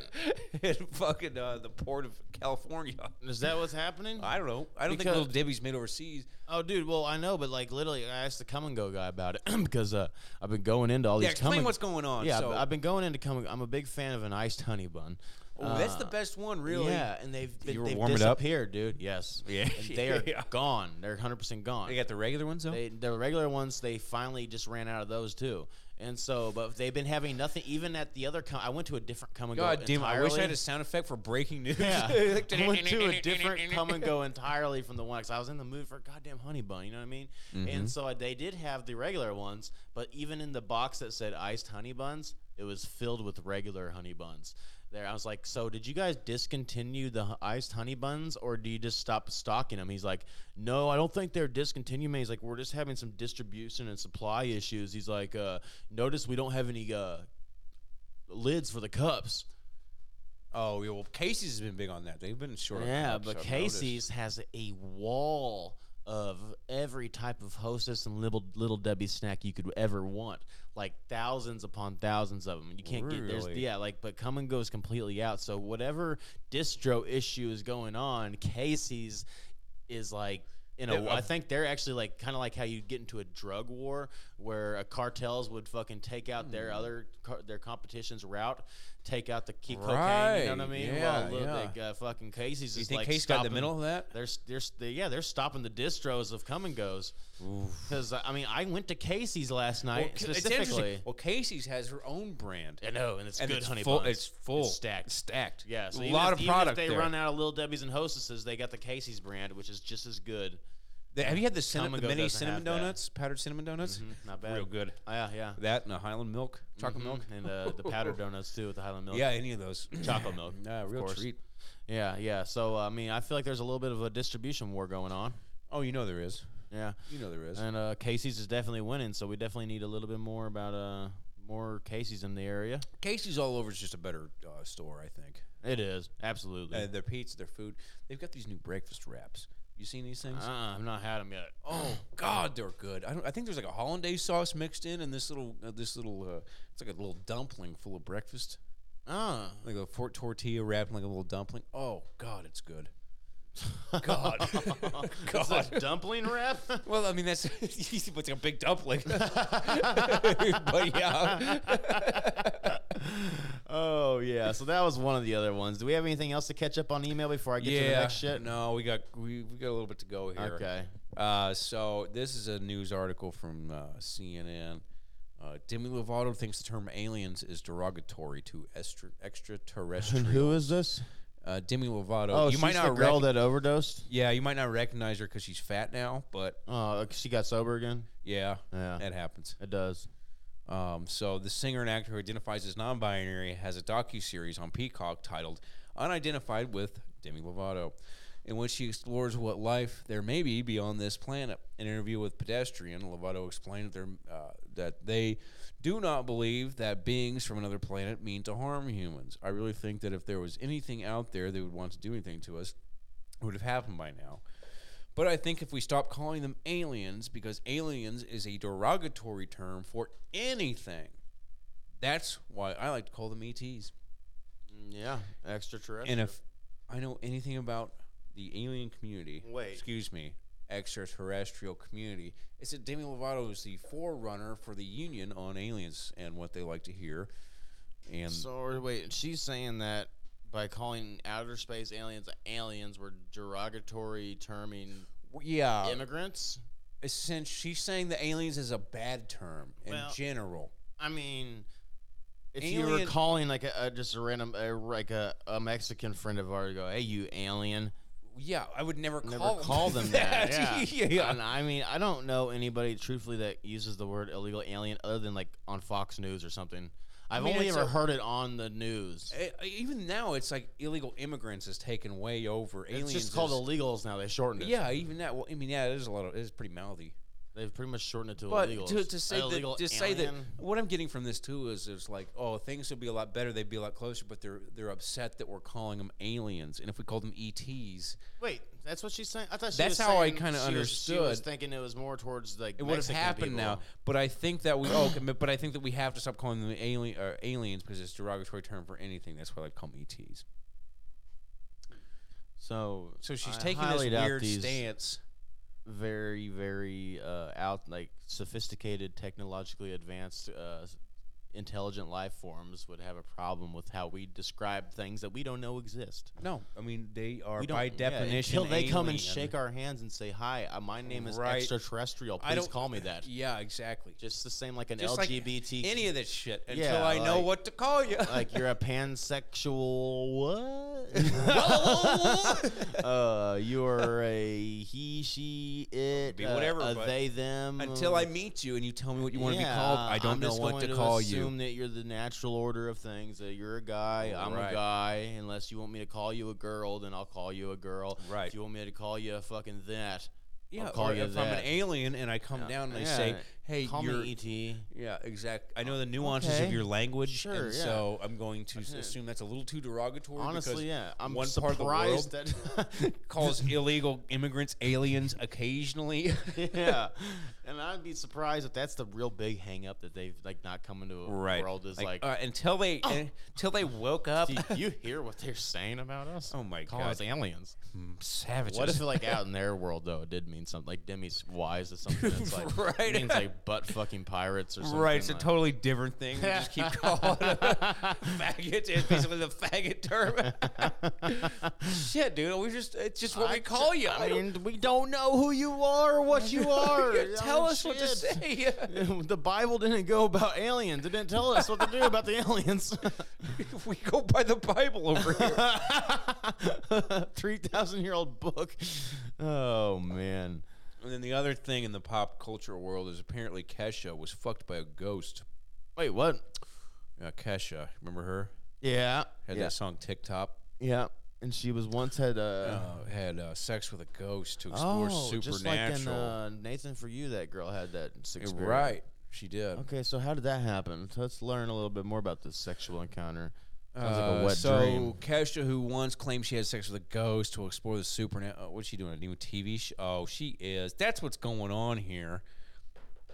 in fucking uh, the port of California.
Is that what's happening?
I don't know. I don't
Because-
think Little Debbie's made overseas.
Oh, dude. Well, I know, but like literally, I asked the come and go guy about it because uh, I've been going into all
Yeah,
these.
explain
come and-
what's going on.
Yeah,
so,
I've been going into coming. I'm a big fan of an iced honey bun.
oh, that's the
Uh,
best one, really.
Yeah, and they've been,
You were
they've
warming up?
disappeared, dude. Yes.
Yeah.
And they are
Yeah.
gone. They're 100 percent gone.
They got the regular ones though.
They, the regular ones, they finally just ran out of those too, and so but they've been having nothing. Even at the other, com- I went to a different come and go.
God damn! it, I wish I had
entirely.
a sound effect for breaking news.
Yeah,
Like,
I went to a different come and go entirely from the one because I was in the mood for goddamn honey bun. You know what I mean? And so I- they did have the regular ones, but even in the box that said iced honey buns, it was filled with regular honey buns. there. I was like, so did you guys discontinue the h- iced honey buns, or do you just stop stocking them? He's like, no, I don't think they're discontinuing. He's like, we're just having some distribution and supply issues. He's like, uh, notice we don't have any uh, lids for the cups.
Oh, yeah, well, Casey's has been big on that. They've been short. on
Yeah,
cups,
but
I've
Casey's has a wall of every type of hostess and little little Debbie snack you could ever want, like thousands upon thousands of them. You can't get there's
Really?
yeah, like but come and goes completely out. So whatever distro issue is going on, Casey's is like. You know,
They're-
I think they're actually like kind of like how you get into a drug war where uh, cartels would fucking take out their
Hmm.
other car- their competition's route, take out the key cocaine. You know what I
Right,
mean?
yeah,
Well, look,
yeah.
like, uh, fucking Casey's
You
just
think
like
Case got in the
stopping-
middle of that?
They're, s- they're, s- they yeah, they're stopping the distros of come and goes. Because I mean, I went to Casey's last night
Well, c- it's
specifically.
interesting. Well, Casey's has her own brand.
I know, and it's
and
good
it's
honey
full,
buns.
It's full.
It's stacked.
Stacked.
Yeah, so
a
even if,
lot of
even
product
If they
there.
run out of Little Debbie's and Hostesses, they got the Casey's brand, which is just as good.
They- have you had the,
Come
cinnamon,
and Go
the mini
doesn't
cinnamon
have that. Mm-hmm.
donuts, powdered cinnamon donuts?
Not bad.
Real good.
Yeah, yeah.
That and the Highland milk, chocolate
Mhm.
milk.
and uh, the powdered donuts too with the Highland milk.
Mm-hmm. Yeah, any of those.
chocolate milk.
Nah,
of
real
course.
treat.
Yeah, yeah. So I mean, I feel like there's a little bit of a distribution war going on.
Oh, you know there is.
Yeah.
You know there is.
And uh, Casey's is definitely winning, so we definitely need a little bit more about uh, more Casey's in the area.
Casey's all over is just a better uh, store, I think.
It is absolutely.
Uh, their pizza, their food. They've got these new breakfast wraps. You seen these things?
Uh, I've not had them yet.
Oh God, they're good. I, don't, I think there's like a hollandaise sauce mixed in, and this little, uh, this little, uh, it's like a little dumpling full of breakfast,
Uh,
like a fort tortilla wrapped in like a little dumpling. Oh God, it's good. God,
It's
God.
a dumpling wrap.
Well, I mean that's it's like a big dumpling, but yeah,
oh yeah. So that was one of the other ones. Do we have anything else to catch up on email before I get to the
yeah.
next shit?
No, we got we, we got a little bit to go here.
Okay.
Uh, so this is a news article from uh, CNN. Uh, Demi Lovato thinks the term aliens is derogatory to extra, extraterrestrial.
Who is this?
Uh, Demi Lovato.
Oh,
you
she's
might
the
not
girl
rec-
that overdosed.
Yeah, you might not recognize her because she's fat now, but
Oh, like, she got sober again.
yeah,
Yeah.
that happens.
It does.
Um, so the singer and actor who identifies as non-binary has a docu-series on Peacock titled "Unidentified with Demi Lovato," in which she explores what life there may be beyond this planet. In an interview with Pedestrian, Lovato explained that, they're, uh, that they do not believe that beings from another planet mean to harm humans. I really think that if there was anything out there that would want to do anything to us, it would have happened by now. But I think if we stop calling them aliens, because aliens is a derogatory term for anything, that's why I like to call them ETs.
Yeah, extraterrestrial.
And if I know anything about the alien community,
Wait.
excuse me, extraterrestrial community, it's that Demi Lovato is the forerunner for the union on aliens and what they like to hear. And
So wait, she's saying that by calling outer space aliens aliens, we're derogatory terming Uh,
yeah,
immigrants.
since she's saying the aliens is a bad term in
Well-
general.
I mean, if you were
Alien-
calling like a, a just a random a, like a, a Mexican friend of ours, go, hey, you alien,
Yeah, I would never,
never
call,
call them that.
yeah.
Yeah. And I mean, I don't know anybody truthfully that uses the word illegal alien other than like on Fox News or something. I've
mean,
only
it's
ever
a-
heard it on the news.
E- even now, it's like illegal immigrants is taken way over.
It's
Aliens
just called
is-
illegals now. They shortened it.
Yeah, even that. Well, I mean, yeah, it is a lot of. It's pretty mouthy.
They've pretty much shortened it to
But
illegals.
to, to say
Illegal
that, to say that,
alien?
what I'm getting from this too is, it's like, oh, things would be a lot better. They'd be a lot closer, but they're they're upset that we're calling them aliens, and if we called them E ETs,
Wait, that's what she's saying. I thought she
That's
was
how I
saying-
kinda
she was- She was
understood.
thinking it was more towards like
it would have happened now. But I think that we, oh, okay, but I think that we have to stop calling them alien uh, aliens because it's a derogatory term for anything. That's why I call them E ETs.
So,
So she's
I
taking this
highly doubt
weird
these
stance.
Very, very uh, out like sophisticated, technologically advanced, uh, s- intelligent life forms would have a problem with how we describe things that we don't know exist.
No, I mean they are
We don't,
by
yeah,
definition.
until they come and
alien.
shake our hands and say, "Hi, uh, my name is
Right.
extraterrestrial.
I
Please
don't-
call me that."
Yeah, exactly.
Just the same, like an
Just like
LGBT.
any of this shit until
Yeah,
I know
like-
what to call you.
like you're a pansexual what? uh, you're a he, she, it,
Be
uh,
whatever,
a
but
they, them.
Until
uh,
I meet you and you tell me what you want to be
yeah,
called, I don't
I'm
know
just
what
going
to call
assume
you.
that you're the natural order of things. That you're a guy, I'm
Right.
a guy. Unless you want me to call you a girl, then I'll call you a girl.
Right.
If you want me to call you a fucking that,
Yeah,
I'll call
or
you
if
that.
I'm an alien and I come down and I
Yeah,
say, "Hey,
call
you're."
me ET.
Yeah, exact. I know the nuances
okay.
of your language,
Sure,
and
yeah.
so I'm going to s- assume that's a little too derogatory. because
Honestly, yeah, I'm
one part of
surprised
the world
that.
calls illegal immigrants aliens occasionally.
yeah, and I'd be surprised if that's the real big hang up that they've like not come into a world is like, Oh.
uh, until they until they woke up.
do you hear what they're saying about us?
Oh my
Call
God.
us aliens.
Savages.
What if like out in their world though it did mean something like Demi's wise to something that's like
Right.
means like butt fucking pirates or something.
Right, it's a
like-
totally different thing. We just keep calling it a faggot. It's basically the faggot term. Shit, dude, we just—it's just what we call you.
I
don't-
mean, we don't know who you are or what you are.
Yeah, tell
I mean,
us what to
shit.
say.
the Bible didn't go about aliens. It didn't tell us what to do about the aliens.
we go by the Bible over here.
3,000 year old book. Oh, man.
and then the other thing in the pop culture world is apparently Kesha was fucked by a ghost.
Wait, what?
Uh, Kesha, remember her?
Yeah.
Had
yeah.
that song TikTok.
yeah. And she was once had
Uh,
uh,
had uh, sex with a ghost to
oh,
explore
just like in
supernatural.
uh, Nathan for you, that girl had that experience.
right, she did.
Okay, so how did that happen? So Let's learn a little bit more about this sexual encounter. Sounds like
Uh,
a wet
so
dream.
Kesha, who once claimed she had sex with a ghost to explore the supernatural, what's she doing? A new TV show? Oh, she is. That's what's going on here.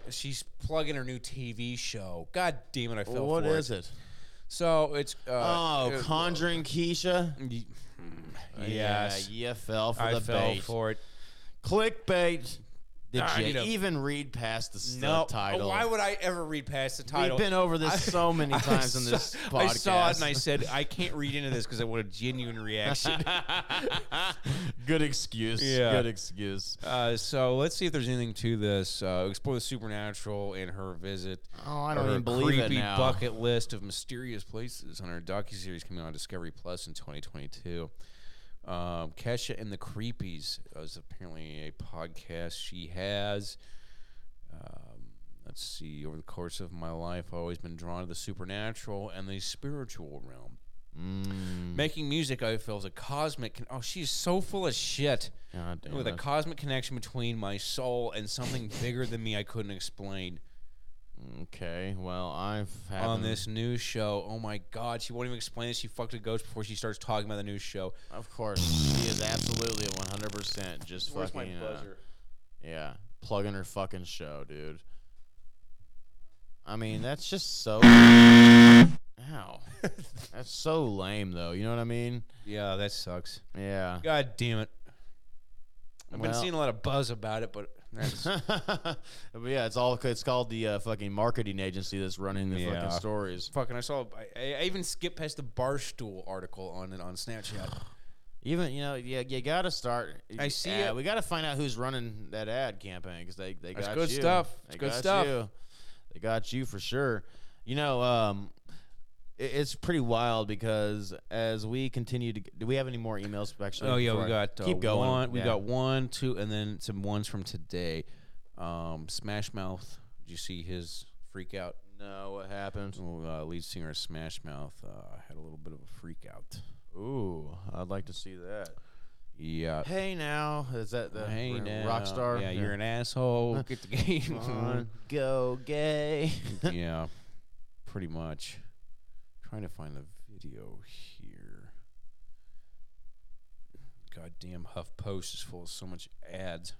She's plugging her new TV show. God damn it, I fell
What
for
is it?
So it's uh,
Oh,
it-
Conjuring Keisha?
y-
Yeah, you fell for
I
the
fell
bait.
for it.
Clickbait. Did
I need
you
a-
even read past the s-
No,
title?
why would I ever read past the title?
We've been over this
I-
so many
I
times in this
saw-
podcast.
I saw it and I said, I can't read into this because I want a genuine reaction.
Good excuse.
Yeah.
Good excuse.
Uh, so let's see if there's anything to this. Uh, explore the supernatural in her visit.
Oh, I don't
her
even believe it
creepy
now.
bucket list of mysterious places on her docuseries coming on Discovery Plus in 2022. Um, Kesha and the Creepies is apparently a podcast she has. Um, let's see. Over the course of my life, I've always been drawn to the supernatural and the spiritual realm. Making music, I feel, is a cosmic. Con- oh, she's so full of shit.
God damn
with a
it.
cosmic connection between my soul and something bigger than me I couldn't explain.
Okay, well, I've had
On this new show, oh my god, she won't even explain it. She fucked a ghost before she starts talking about the new show.
Of course, she is absolutely 100% just fucking. uh, yeah, plugging her fucking show, dude. I mean, that's just so. Ow. that's so lame, though. You know what I mean?
Yeah, that sucks.
Yeah.
God damn it. I've been
Well-
seeing a lot of buzz about it, but that's,
but yeah, it's all it's called the uh, fucking marketing agency that's running the
Yeah.
fucking stories.
fucking. I saw. I, I even skipped past the barstool article on it on Snapchat.
Even you know, yeah, you gotta start.
I see
ad-
it.
We gotta find out who's running that ad campaign because they they
That's
got
good
you.
stuff.
They
It's good
got
stuff.
You. They got you for sure. You know, um, i- it's pretty wild because as we continue to, do we have any more emails? Actually,
Oh yeah,
before
we
I-
got uh,
keep going.
One, we
Yeah.
got one, two, and then some ones from today. Um, Smash Mouth. Did you see his freak out?
No, what happened?
Uh, lead singer of Smash Mouth uh, had a little bit of a freak out.
Ooh, I'd like to see that.
Yeah.
Hey now, is that the
Hey now.
rock star?
Yeah, you're an asshole. Get the game on.
go gay.
yeah, pretty much. Trying to find the video here. Goddamn HuffPost is full of so much ads.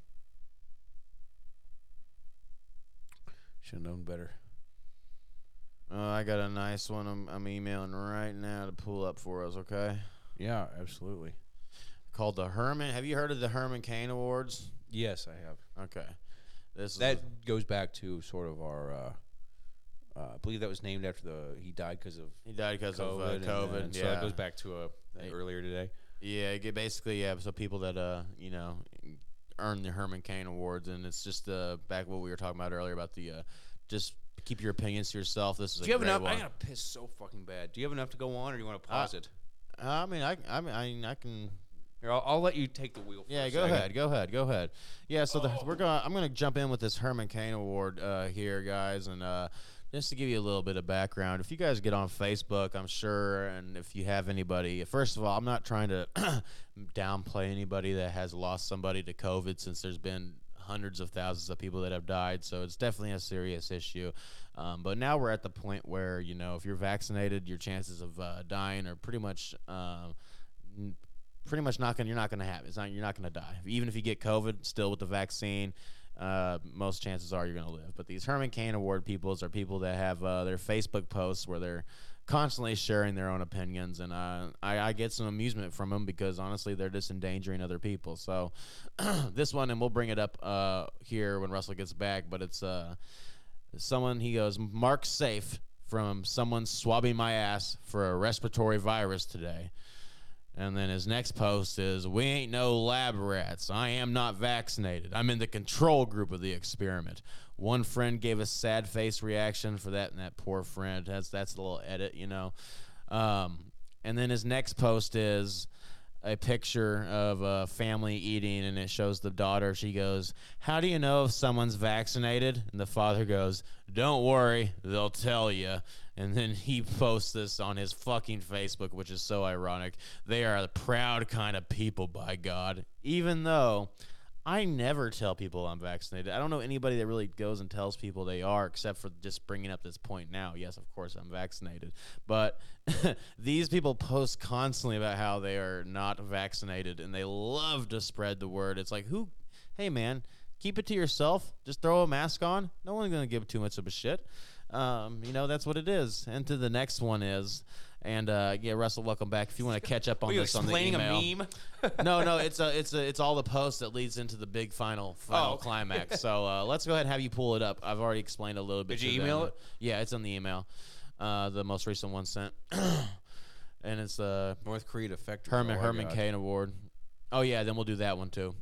Should have known better.
oh, I got a nice one. I'm, I'm emailing right now to pull up for us. Okay,
Yeah, absolutely.
called the Herman. Have you heard of the Herman Cain Awards?
Yes, I have.
Okay, this is
That goes back to sort of our. Uh, uh, I believe that was named after the he died because of
he died because of
COVID.
uh,
and, uh,
COVID.
and
yeah,
so that goes back to uh,
Hey.
earlier today.
yeah. it get- Basically, yeah. So people that uh, you know, earn the Herman Cain Awards, and it's just uh, back what we were talking about earlier about the uh, just keep your opinions to yourself. This is a
Do you have
great
enough?
one. Uh,
I gotta piss so fucking bad. Do you have enough to go on, or do you want to pause it?
I mean, I, I mean, I, I can.
Here, I'll, I'll let you take the wheel. For
Yeah,
a
go
second.
ahead, go ahead, go ahead. Yeah, so the, we're going. to I'm going to jump in with this Herman Cain Award uh, here, guys, and uh, just to give you a little bit of background. If you guys get on Facebook, I'm sure, and if you have anybody, first of all, I'm not trying to downplay anybody that has lost somebody to COVID, since there's been hundreds of thousands of people that have died. So it's definitely a serious issue. Um, but now we're at the point where you know if you're vaccinated, your chances of uh, dying are pretty much. um n- pretty much not gonna you're not gonna have it's not you're not gonna die even if you get COVID still with the vaccine uh, most chances are you're gonna live but these Herman Cain Award peoples are people that have uh, their Facebook posts where they're constantly sharing their own opinions and uh, I, I get some amusement from them because honestly they're just endangering other people so this one and we'll bring it up uh, here when Russell gets back but it's uh, someone he goes mark safe from someone swabbing my ass for a respiratory virus today and then his next post is, We ain't no lab rats. I am not vaccinated. I'm in the control group of the experiment. One friend gave a sad face reaction for that, and that poor friend. That's, that's a little edit, you know. Um, and then his next post is a picture of a family eating, and it shows the daughter. She goes, How do you know if someone's vaccinated? And the father goes, Don't worry, they'll tell you. And then he posts this on his fucking Facebook, which is so ironic. They are the proud kind of people, by God. Even though I never tell people I'm vaccinated, I don't know anybody that really goes and tells people they are, except for just bringing up this point now. Yes, of course, I'm vaccinated. But these people post constantly about how they are not vaccinated and they love to spread the word. It's like, who? Hey, man, keep it to yourself. Just throw a mask on. No one's going to give too much of a shit. Um, you know, that's what it is. And to the next one is. And uh, yeah, Russell, welcome back. If you want to catch up on
Were you
this on the
explaining
email,
a meme?
no, no, it's a, it's a, it's all the posts that leads into the big final, final
Oh.
climax. So uh, let's go ahead and have you pull it up. I've already explained a little bit.
Did you
to them.
email it?
Yeah, it's in the email. Uh, the most recent one sent, and it's the
North Korea effect.
Herman Herman Cain Award. Oh yeah, then we'll do that one too.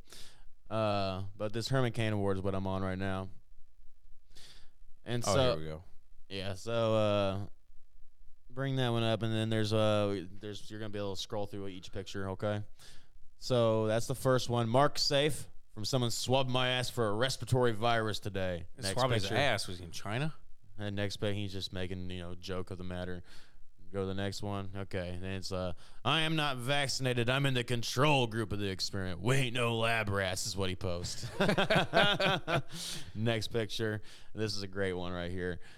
Uh, but this Herman Cain Award is what I'm on right now. And
Oh,
so
here we go.
yeah, so uh, bring that one up, and then there's uh, there's you're gonna be able to scroll through each picture, okay? So that's the first one. Mark safe from someone swabbed my ass for a respiratory virus today.
Next probably his ass was he in China.
And next page, he's just making you know joke of the matter. Go to the next one. Okay, and it's uh, I am not vaccinated. I'm in the control group of the experiment. We ain't no lab rats, is what he posts. next picture. This is a great one right here.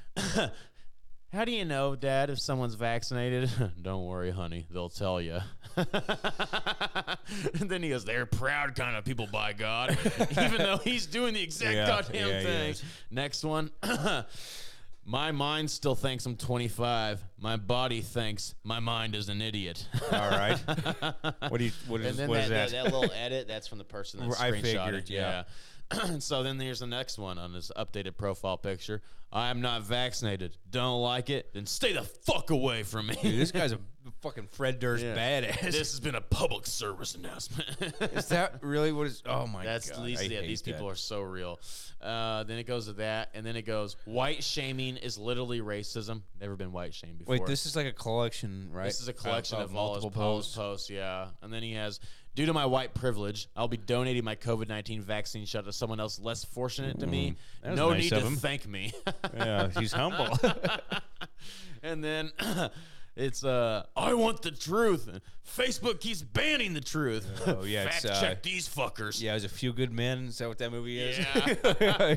How do you know, Dad, if someone's vaccinated? Don't worry, honey. They'll tell you. and then he goes, "They're proud kind of people, by God." Even though he's doing the exact
Yeah,
goddamn
yeah, he
thing.
is.
Next one. My mind still thinks I'm 25. My body thinks my mind is an idiot.
All right. what do you? What
and
is,
then
what is
that,
that?
that, that little edit, that's from the person that
I
screenshot it.
figured, yeah.
yeah. so then there's the next one on this updated profile picture. I am not vaccinated. Don't like it? Then stay the fuck away from me.
Dude, this guy's a fucking Fred Durst
Yeah.
badass.
this has been a public service announcement.
is that really what is? Oh my
That's
god!
at least
I
yeah,
hate
these people
that.
are so real. Uh, then it goes to that, and then it goes white shaming is literally racism. Never been white shamed before.
Wait, this is like a collection, right?
This is a collection of, all his posts. posts. Yeah, and then he has, due to my white privilege, I'll be donating my COVID nineteen vaccine shot to someone else less fortunate to me.
Mm. That was
No
nice
need
of
to
him.
thank me.
yeah, he's humble.
and then it's uh, I want the truth. Facebook keeps banning the truth.
Oh, yeah, it's,
fact
uh,
check these fuckers.
yeah, it was a few good men. Is that what that movie is?
Yeah.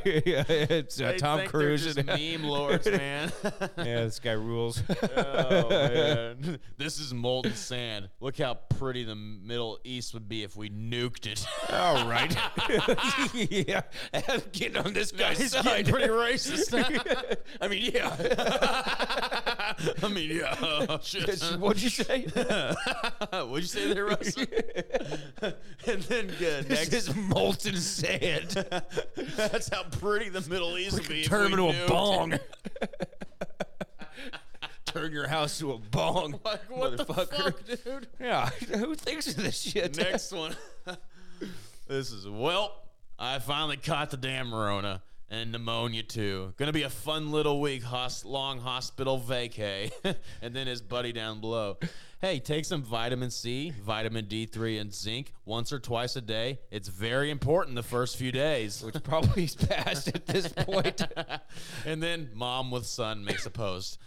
Yeah, it's uh,
They
Tom
think they're
Cruise.
just
and-
meme lords, man.
yeah, this guy rules.
oh man, this is molten sand. Look how pretty the Middle East would be if we nuked it.
all right. yeah, I'm getting on this guy's
He's
side.
getting pretty racist.
I mean, yeah.
I mean, yeah. oh, shit.
What'd you say?
What'd you say there, Russell? and then good.
This
Next,
is molten sand.
that's how pretty the Middle East would be.
Turn
if
into
we
a
nuked
bong. Turn your house to a bong,
Like, what the
motherfucker.
fuck, dude?
Yeah, who thinks of this shit?
Next one. this is well. I finally caught the damn Rona. and pneumonia too. Gonna be a fun little week, hos- long hospital vacay, and then his buddy down below. Hey, take some vitamin C, vitamin D3, and zinc once or twice a day. It's very important the first few days.
Which probably is past at this point.
and then mom with son makes a post,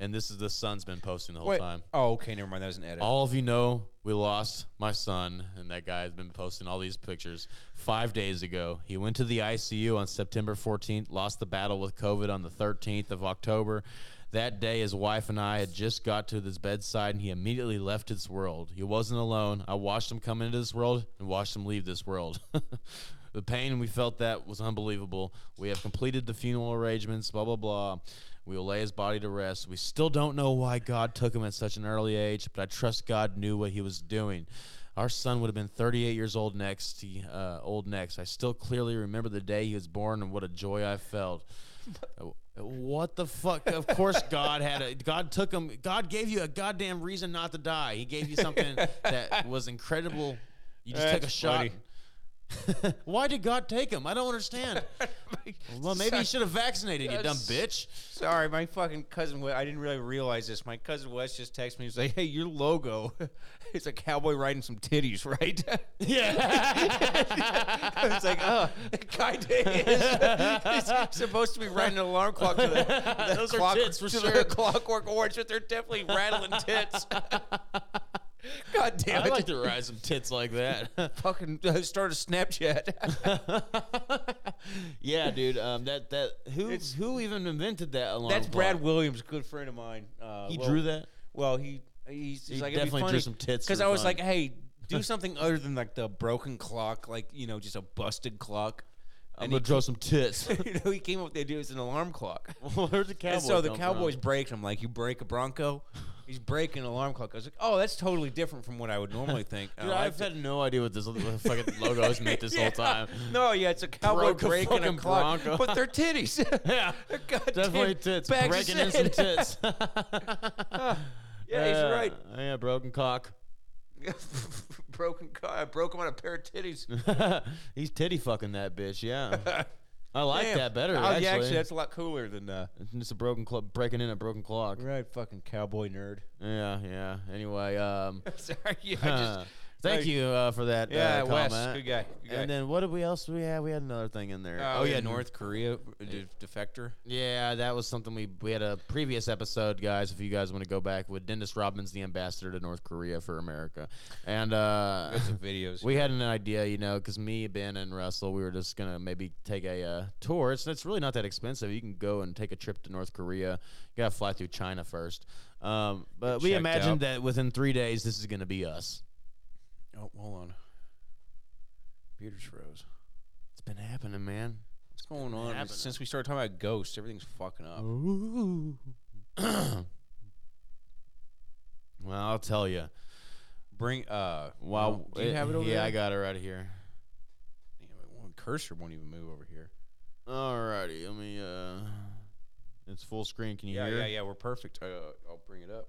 and this is the son's been posting the whole
Wait.
time.
Oh, okay. Never mind. That was an edit.
All of you know we lost my son, and that guy has been posting all these pictures. Five days ago, he went to the ICU on September 14th, lost the battle with COVID on the 13th of October. That day, his wife and I had just got to his bedside, and he immediately left this world. He wasn't alone. I watched him come into this world and watched him leave this world. the pain we felt that was unbelievable. We have completed the funeral arrangements, blah, blah, blah. We will lay his body to rest. We still don't know why God took him at such an early age, but I trust God knew what he was doing. Our son would have been 38 years old next. He, uh, old next. I still clearly remember the day he was born and what a joy I felt. What the fuck? Of course, God had a God took him. God gave you a goddamn reason not to die. He gave you something that was incredible. You just took a
That's
shot.
funny.
Why did God take him? I don't understand. well, maybe he should have vaccinated you, dumb bitch.
Sorry, my fucking cousin. Wes- I didn't really realize this. My cousin Wes just texted me. He's like, "Hey, your logo, it's a cowboy riding some titties, right?"
Yeah.
it's like, oh, it kind of is. it's supposed to be riding an alarm clock to the, the
Those are
clock,
tits for
to
sure.
the clockwork orange, but they're definitely rattling tits. God damn
I'd
it!
like to ride some tits like that.
fucking uh, start a Snapchat.
yeah, dude. Um, that that who who even invented that alarm?
That's Brad
clock?
Williams, a good friend of mine. Uh,
He
well-
drew that.
Well, he he's, he's
He
like
definitely drew some tits
because
for
I was
fun.
like, hey, do something other than like the broken clock, like you know, just a busted clock.
I'm
And
gonna
he-
draw some tits.
you know, he came up with the idea it's an alarm clock.
Where's the cowboy?
And so the
come
Cowboys
from?
break him. Like you break a Bronco, he's breaking an alarm clock. I was like, oh, that's totally different from what I would normally think. And
Dude,
I
I've
liked it.
had no idea what this little fucking logo is meant this
Yeah.
whole time.
No, yeah, it's a cowboy
Broke a
breaking a
fucking
clock,
Bronco.
but they're titties.
Yeah,
God damn,
definitely tits.
Bags of
Breaking in some
sand.
tits.
yeah, he's right.
Yeah, broken cock.
broken car. I broke him on a pair of titties.
He's titty fucking that bitch. Yeah, I like
Damn.
that better.
Oh,
actually.
yeah, actually, that's a lot cooler than uh,
it's a broken clo breaking in a broken clock.
right. Fucking cowboy nerd.
Yeah, yeah. Anyway, um,
Sorry, yeah, I just,
thank
like-
you uh, for that.
yeah,
uh,
Wes,
comment.
good guy. Good guy.
And then what did we else we had? We had another thing in there.
Uh, we had North Korea uh, de- defector.
Yeah, that was something we we had a previous episode, guys. If you guys want to go back, with Dennis Rodman's the ambassador to North Korea for America, and uh,
Got some videos.
we had an idea, you know, because me, Ben, and Russell, we were just gonna maybe take a uh, tour. It's it's really not that expensive. You can go and take a trip to North Korea. You gotta fly through China first. Um, but we
checked
imagined
out.
that within three days, this is gonna be us.
oh, hold on. Peter's froze.
It's been happening, man.
What's going on?
happening.
Since we started talking about ghosts, everything's fucking up.
Well, I'll tell you.
Bring uh,
Wow,
no, do you have it over
yeah,
there?
I got it right here.
Damn it, one cursor won't even move over here.
Alrighty, let me. uh It's full screen. Can you
Yeah,
hear?
yeah, yeah. We're perfect. Uh, I'll bring it up.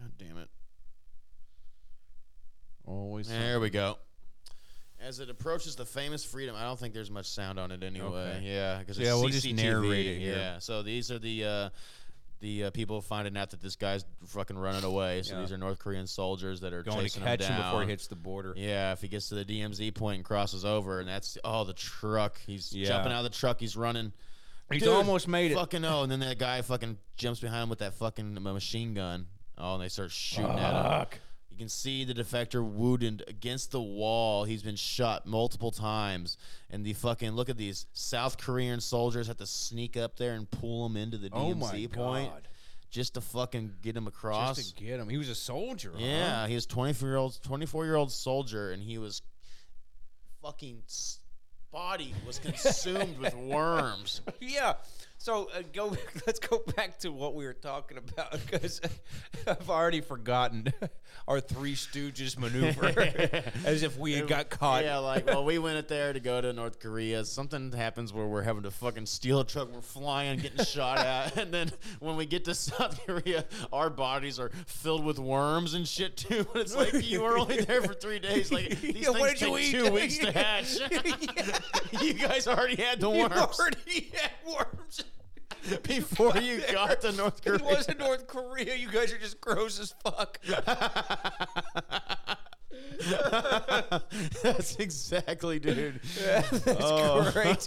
God damn it!
Always.
There we go. As it approaches the famous freedom, I don't think there's much sound on it anyway.
Okay.
Yeah, because
Yeah,
it's
we'll just
CCTV.
narrate it here.
Yeah. So these are the uh, the uh, people finding out that this guy's fucking running away. So
Yeah.
these are North Korean soldiers that are
going to
chasing
catch him, before
down.
he hits the border.
Yeah, if he gets to the DMZ point and crosses over, and that's oh the truck. He's
Yeah.
jumping out of the truck. He's running.
He's
Dude,
almost made it.
Fucking oh, and then that guy fucking jumps behind him with that fucking ma- machine gun. Oh, and they start shooting
Ah.
at him. You can see the defector wounded against the wall. He's been shot multiple times, and the fucking look at these South Korean soldiers have to sneak up there and pull him into the DMZ
Oh my
point
God.
just to fucking get him across.
Just to get him. He was a soldier. huh?
Yeah, he was 24 year old 24 year old soldier, and he was fucking s- body was consumed with worms.
Yeah. So uh, go. Let's go back to what we were talking about because I've already forgotten our Three Stooges maneuver, as if we had got caught.
Yeah, like, well, we went it there to go to North Korea. Something happens where we're having to fucking steal a truck. We're flying, getting shot at. And then when we get to South Korea, our bodies are filled with worms and shit, too. And it's like, you were only there for three days. Like, these
Yeah, what
things
did you
take
eat?
two weeks to hatch. you guys already had the
You
worms
already had worms.
before you got to North Korea.
It wasn't North Korea. You guys are just gross as fuck.
That's exactly, dude. Oh.
That's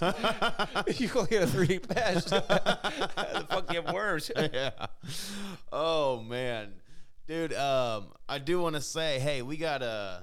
great. you only had a three day pass. the fuck you have worms?
yeah. Oh man, dude. Um, I do want to say, hey, we got to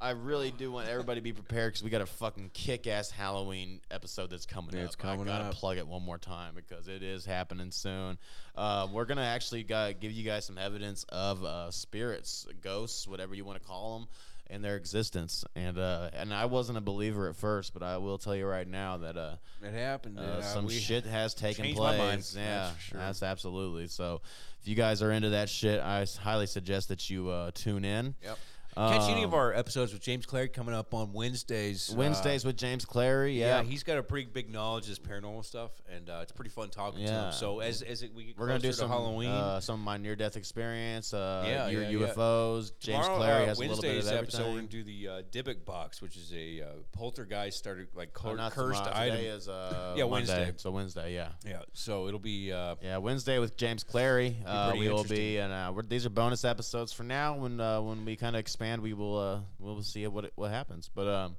I really do want everybody to be prepared because we got a fucking kick-ass Halloween episode that's coming
Yeah,
up.
it's coming
I gotta
up.
plug it one more time because it is happening soon. Uh, we're gonna actually got give you guys some evidence of uh, spirits, ghosts, whatever you want to call them, and their existence. And uh, and I wasn't a believer at first, but I will tell you right now that uh,
It happened.
uh,
and, uh,
some
we-
shit has taken
changed
place.
my mind,
Yeah,
that's for sure.
absolutely. So, if you guys are into that shit, I s- highly suggest that you uh, tune in.
Yep. Catch any of
Um,
our episodes with James Clary coming up on Wednesdays. uh,
Wednesdays with James Clary.
Yeah,
Yeah,
he's got a pretty big knowledge of this paranormal stuff, and uh, it's pretty fun talking to
Yeah.
him. So as as it, we get
we're gonna do
closer to
some
Halloween,
uh, some of my near death experience. Uh,
Yeah,
your
yeah, yeah.
UFOs. James
tomorrow,
Clary
uh,
has
Wednesday's
a little bit of
episode. We're gonna
everything.
do the uh, Dybbuk box, which is a uh, poltergeist started like
Oh,
cur-
not
cursed
tomorrow.
item.
Today is uh,
Yeah,
Monday.
Wednesday.
So Wednesday, yeah.
yeah, so it'll be uh,
Yeah, Wednesday with James Clary. Uh,
pretty
we will be,
interesting.
and uh, we're, these are bonus episodes for now. When uh, when we kind of expand, we will uh, we'll see what it, what happens. But um,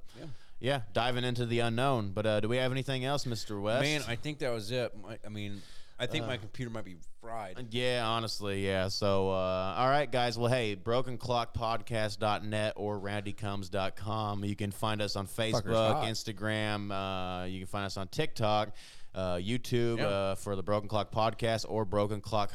yeah. diving into the unknown. But uh, do we have anything else, Mister West?
man. I think that was it. My, I mean, I think my computer might be fried.
Uh, yeah, honestly, yeah. So, uh, all right, guys. Well, hey, brokenclockpodcast.net or randycombs.com. You can find us on Facebook,
hot.
Instagram. Uh, you can find us on TikTok, uh, YouTube
Yeah.
uh, for the Broken Clock Podcast or Broken Clock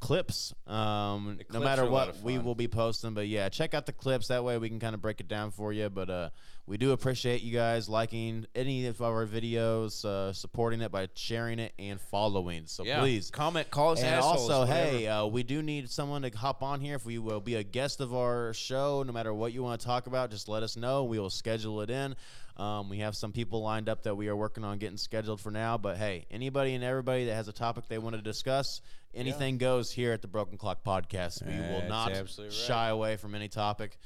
Clips. Um,
The
no
clips
matter
are a lot
what,
of
we
fun.
will be posting. But yeah, check out the clips. That way we can kind of break it down for you. But uh, we do appreciate you guys liking any of our videos, uh, supporting it by sharing it and following. So
Yeah,
please
comment, call us
and
assholes,
also,
whatever.
hey, uh, we do need someone to hop on here. If we will be a guest of our show, no matter what you want to talk about, just let us know. We will schedule it in. Um, we have some people lined up that we are working on getting scheduled for now. But hey, anybody and everybody that has a topic they want to discuss, anything goes here at the Broken Clock Podcast. We will
That's
not
absolutely right.
shy away from any topic.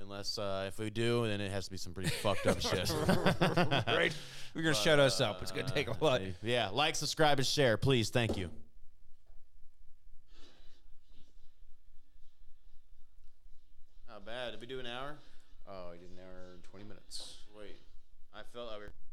Unless uh, if we do, then it has to be some pretty fucked up shit.
right? We're gonna shut us up. It's gonna take a lot.
Yeah, like, subscribe, and share, please. Thank you. Not bad. Did we do an hour?
Oh, I did an hour and twenty minutes.
Wait, I felt like we were.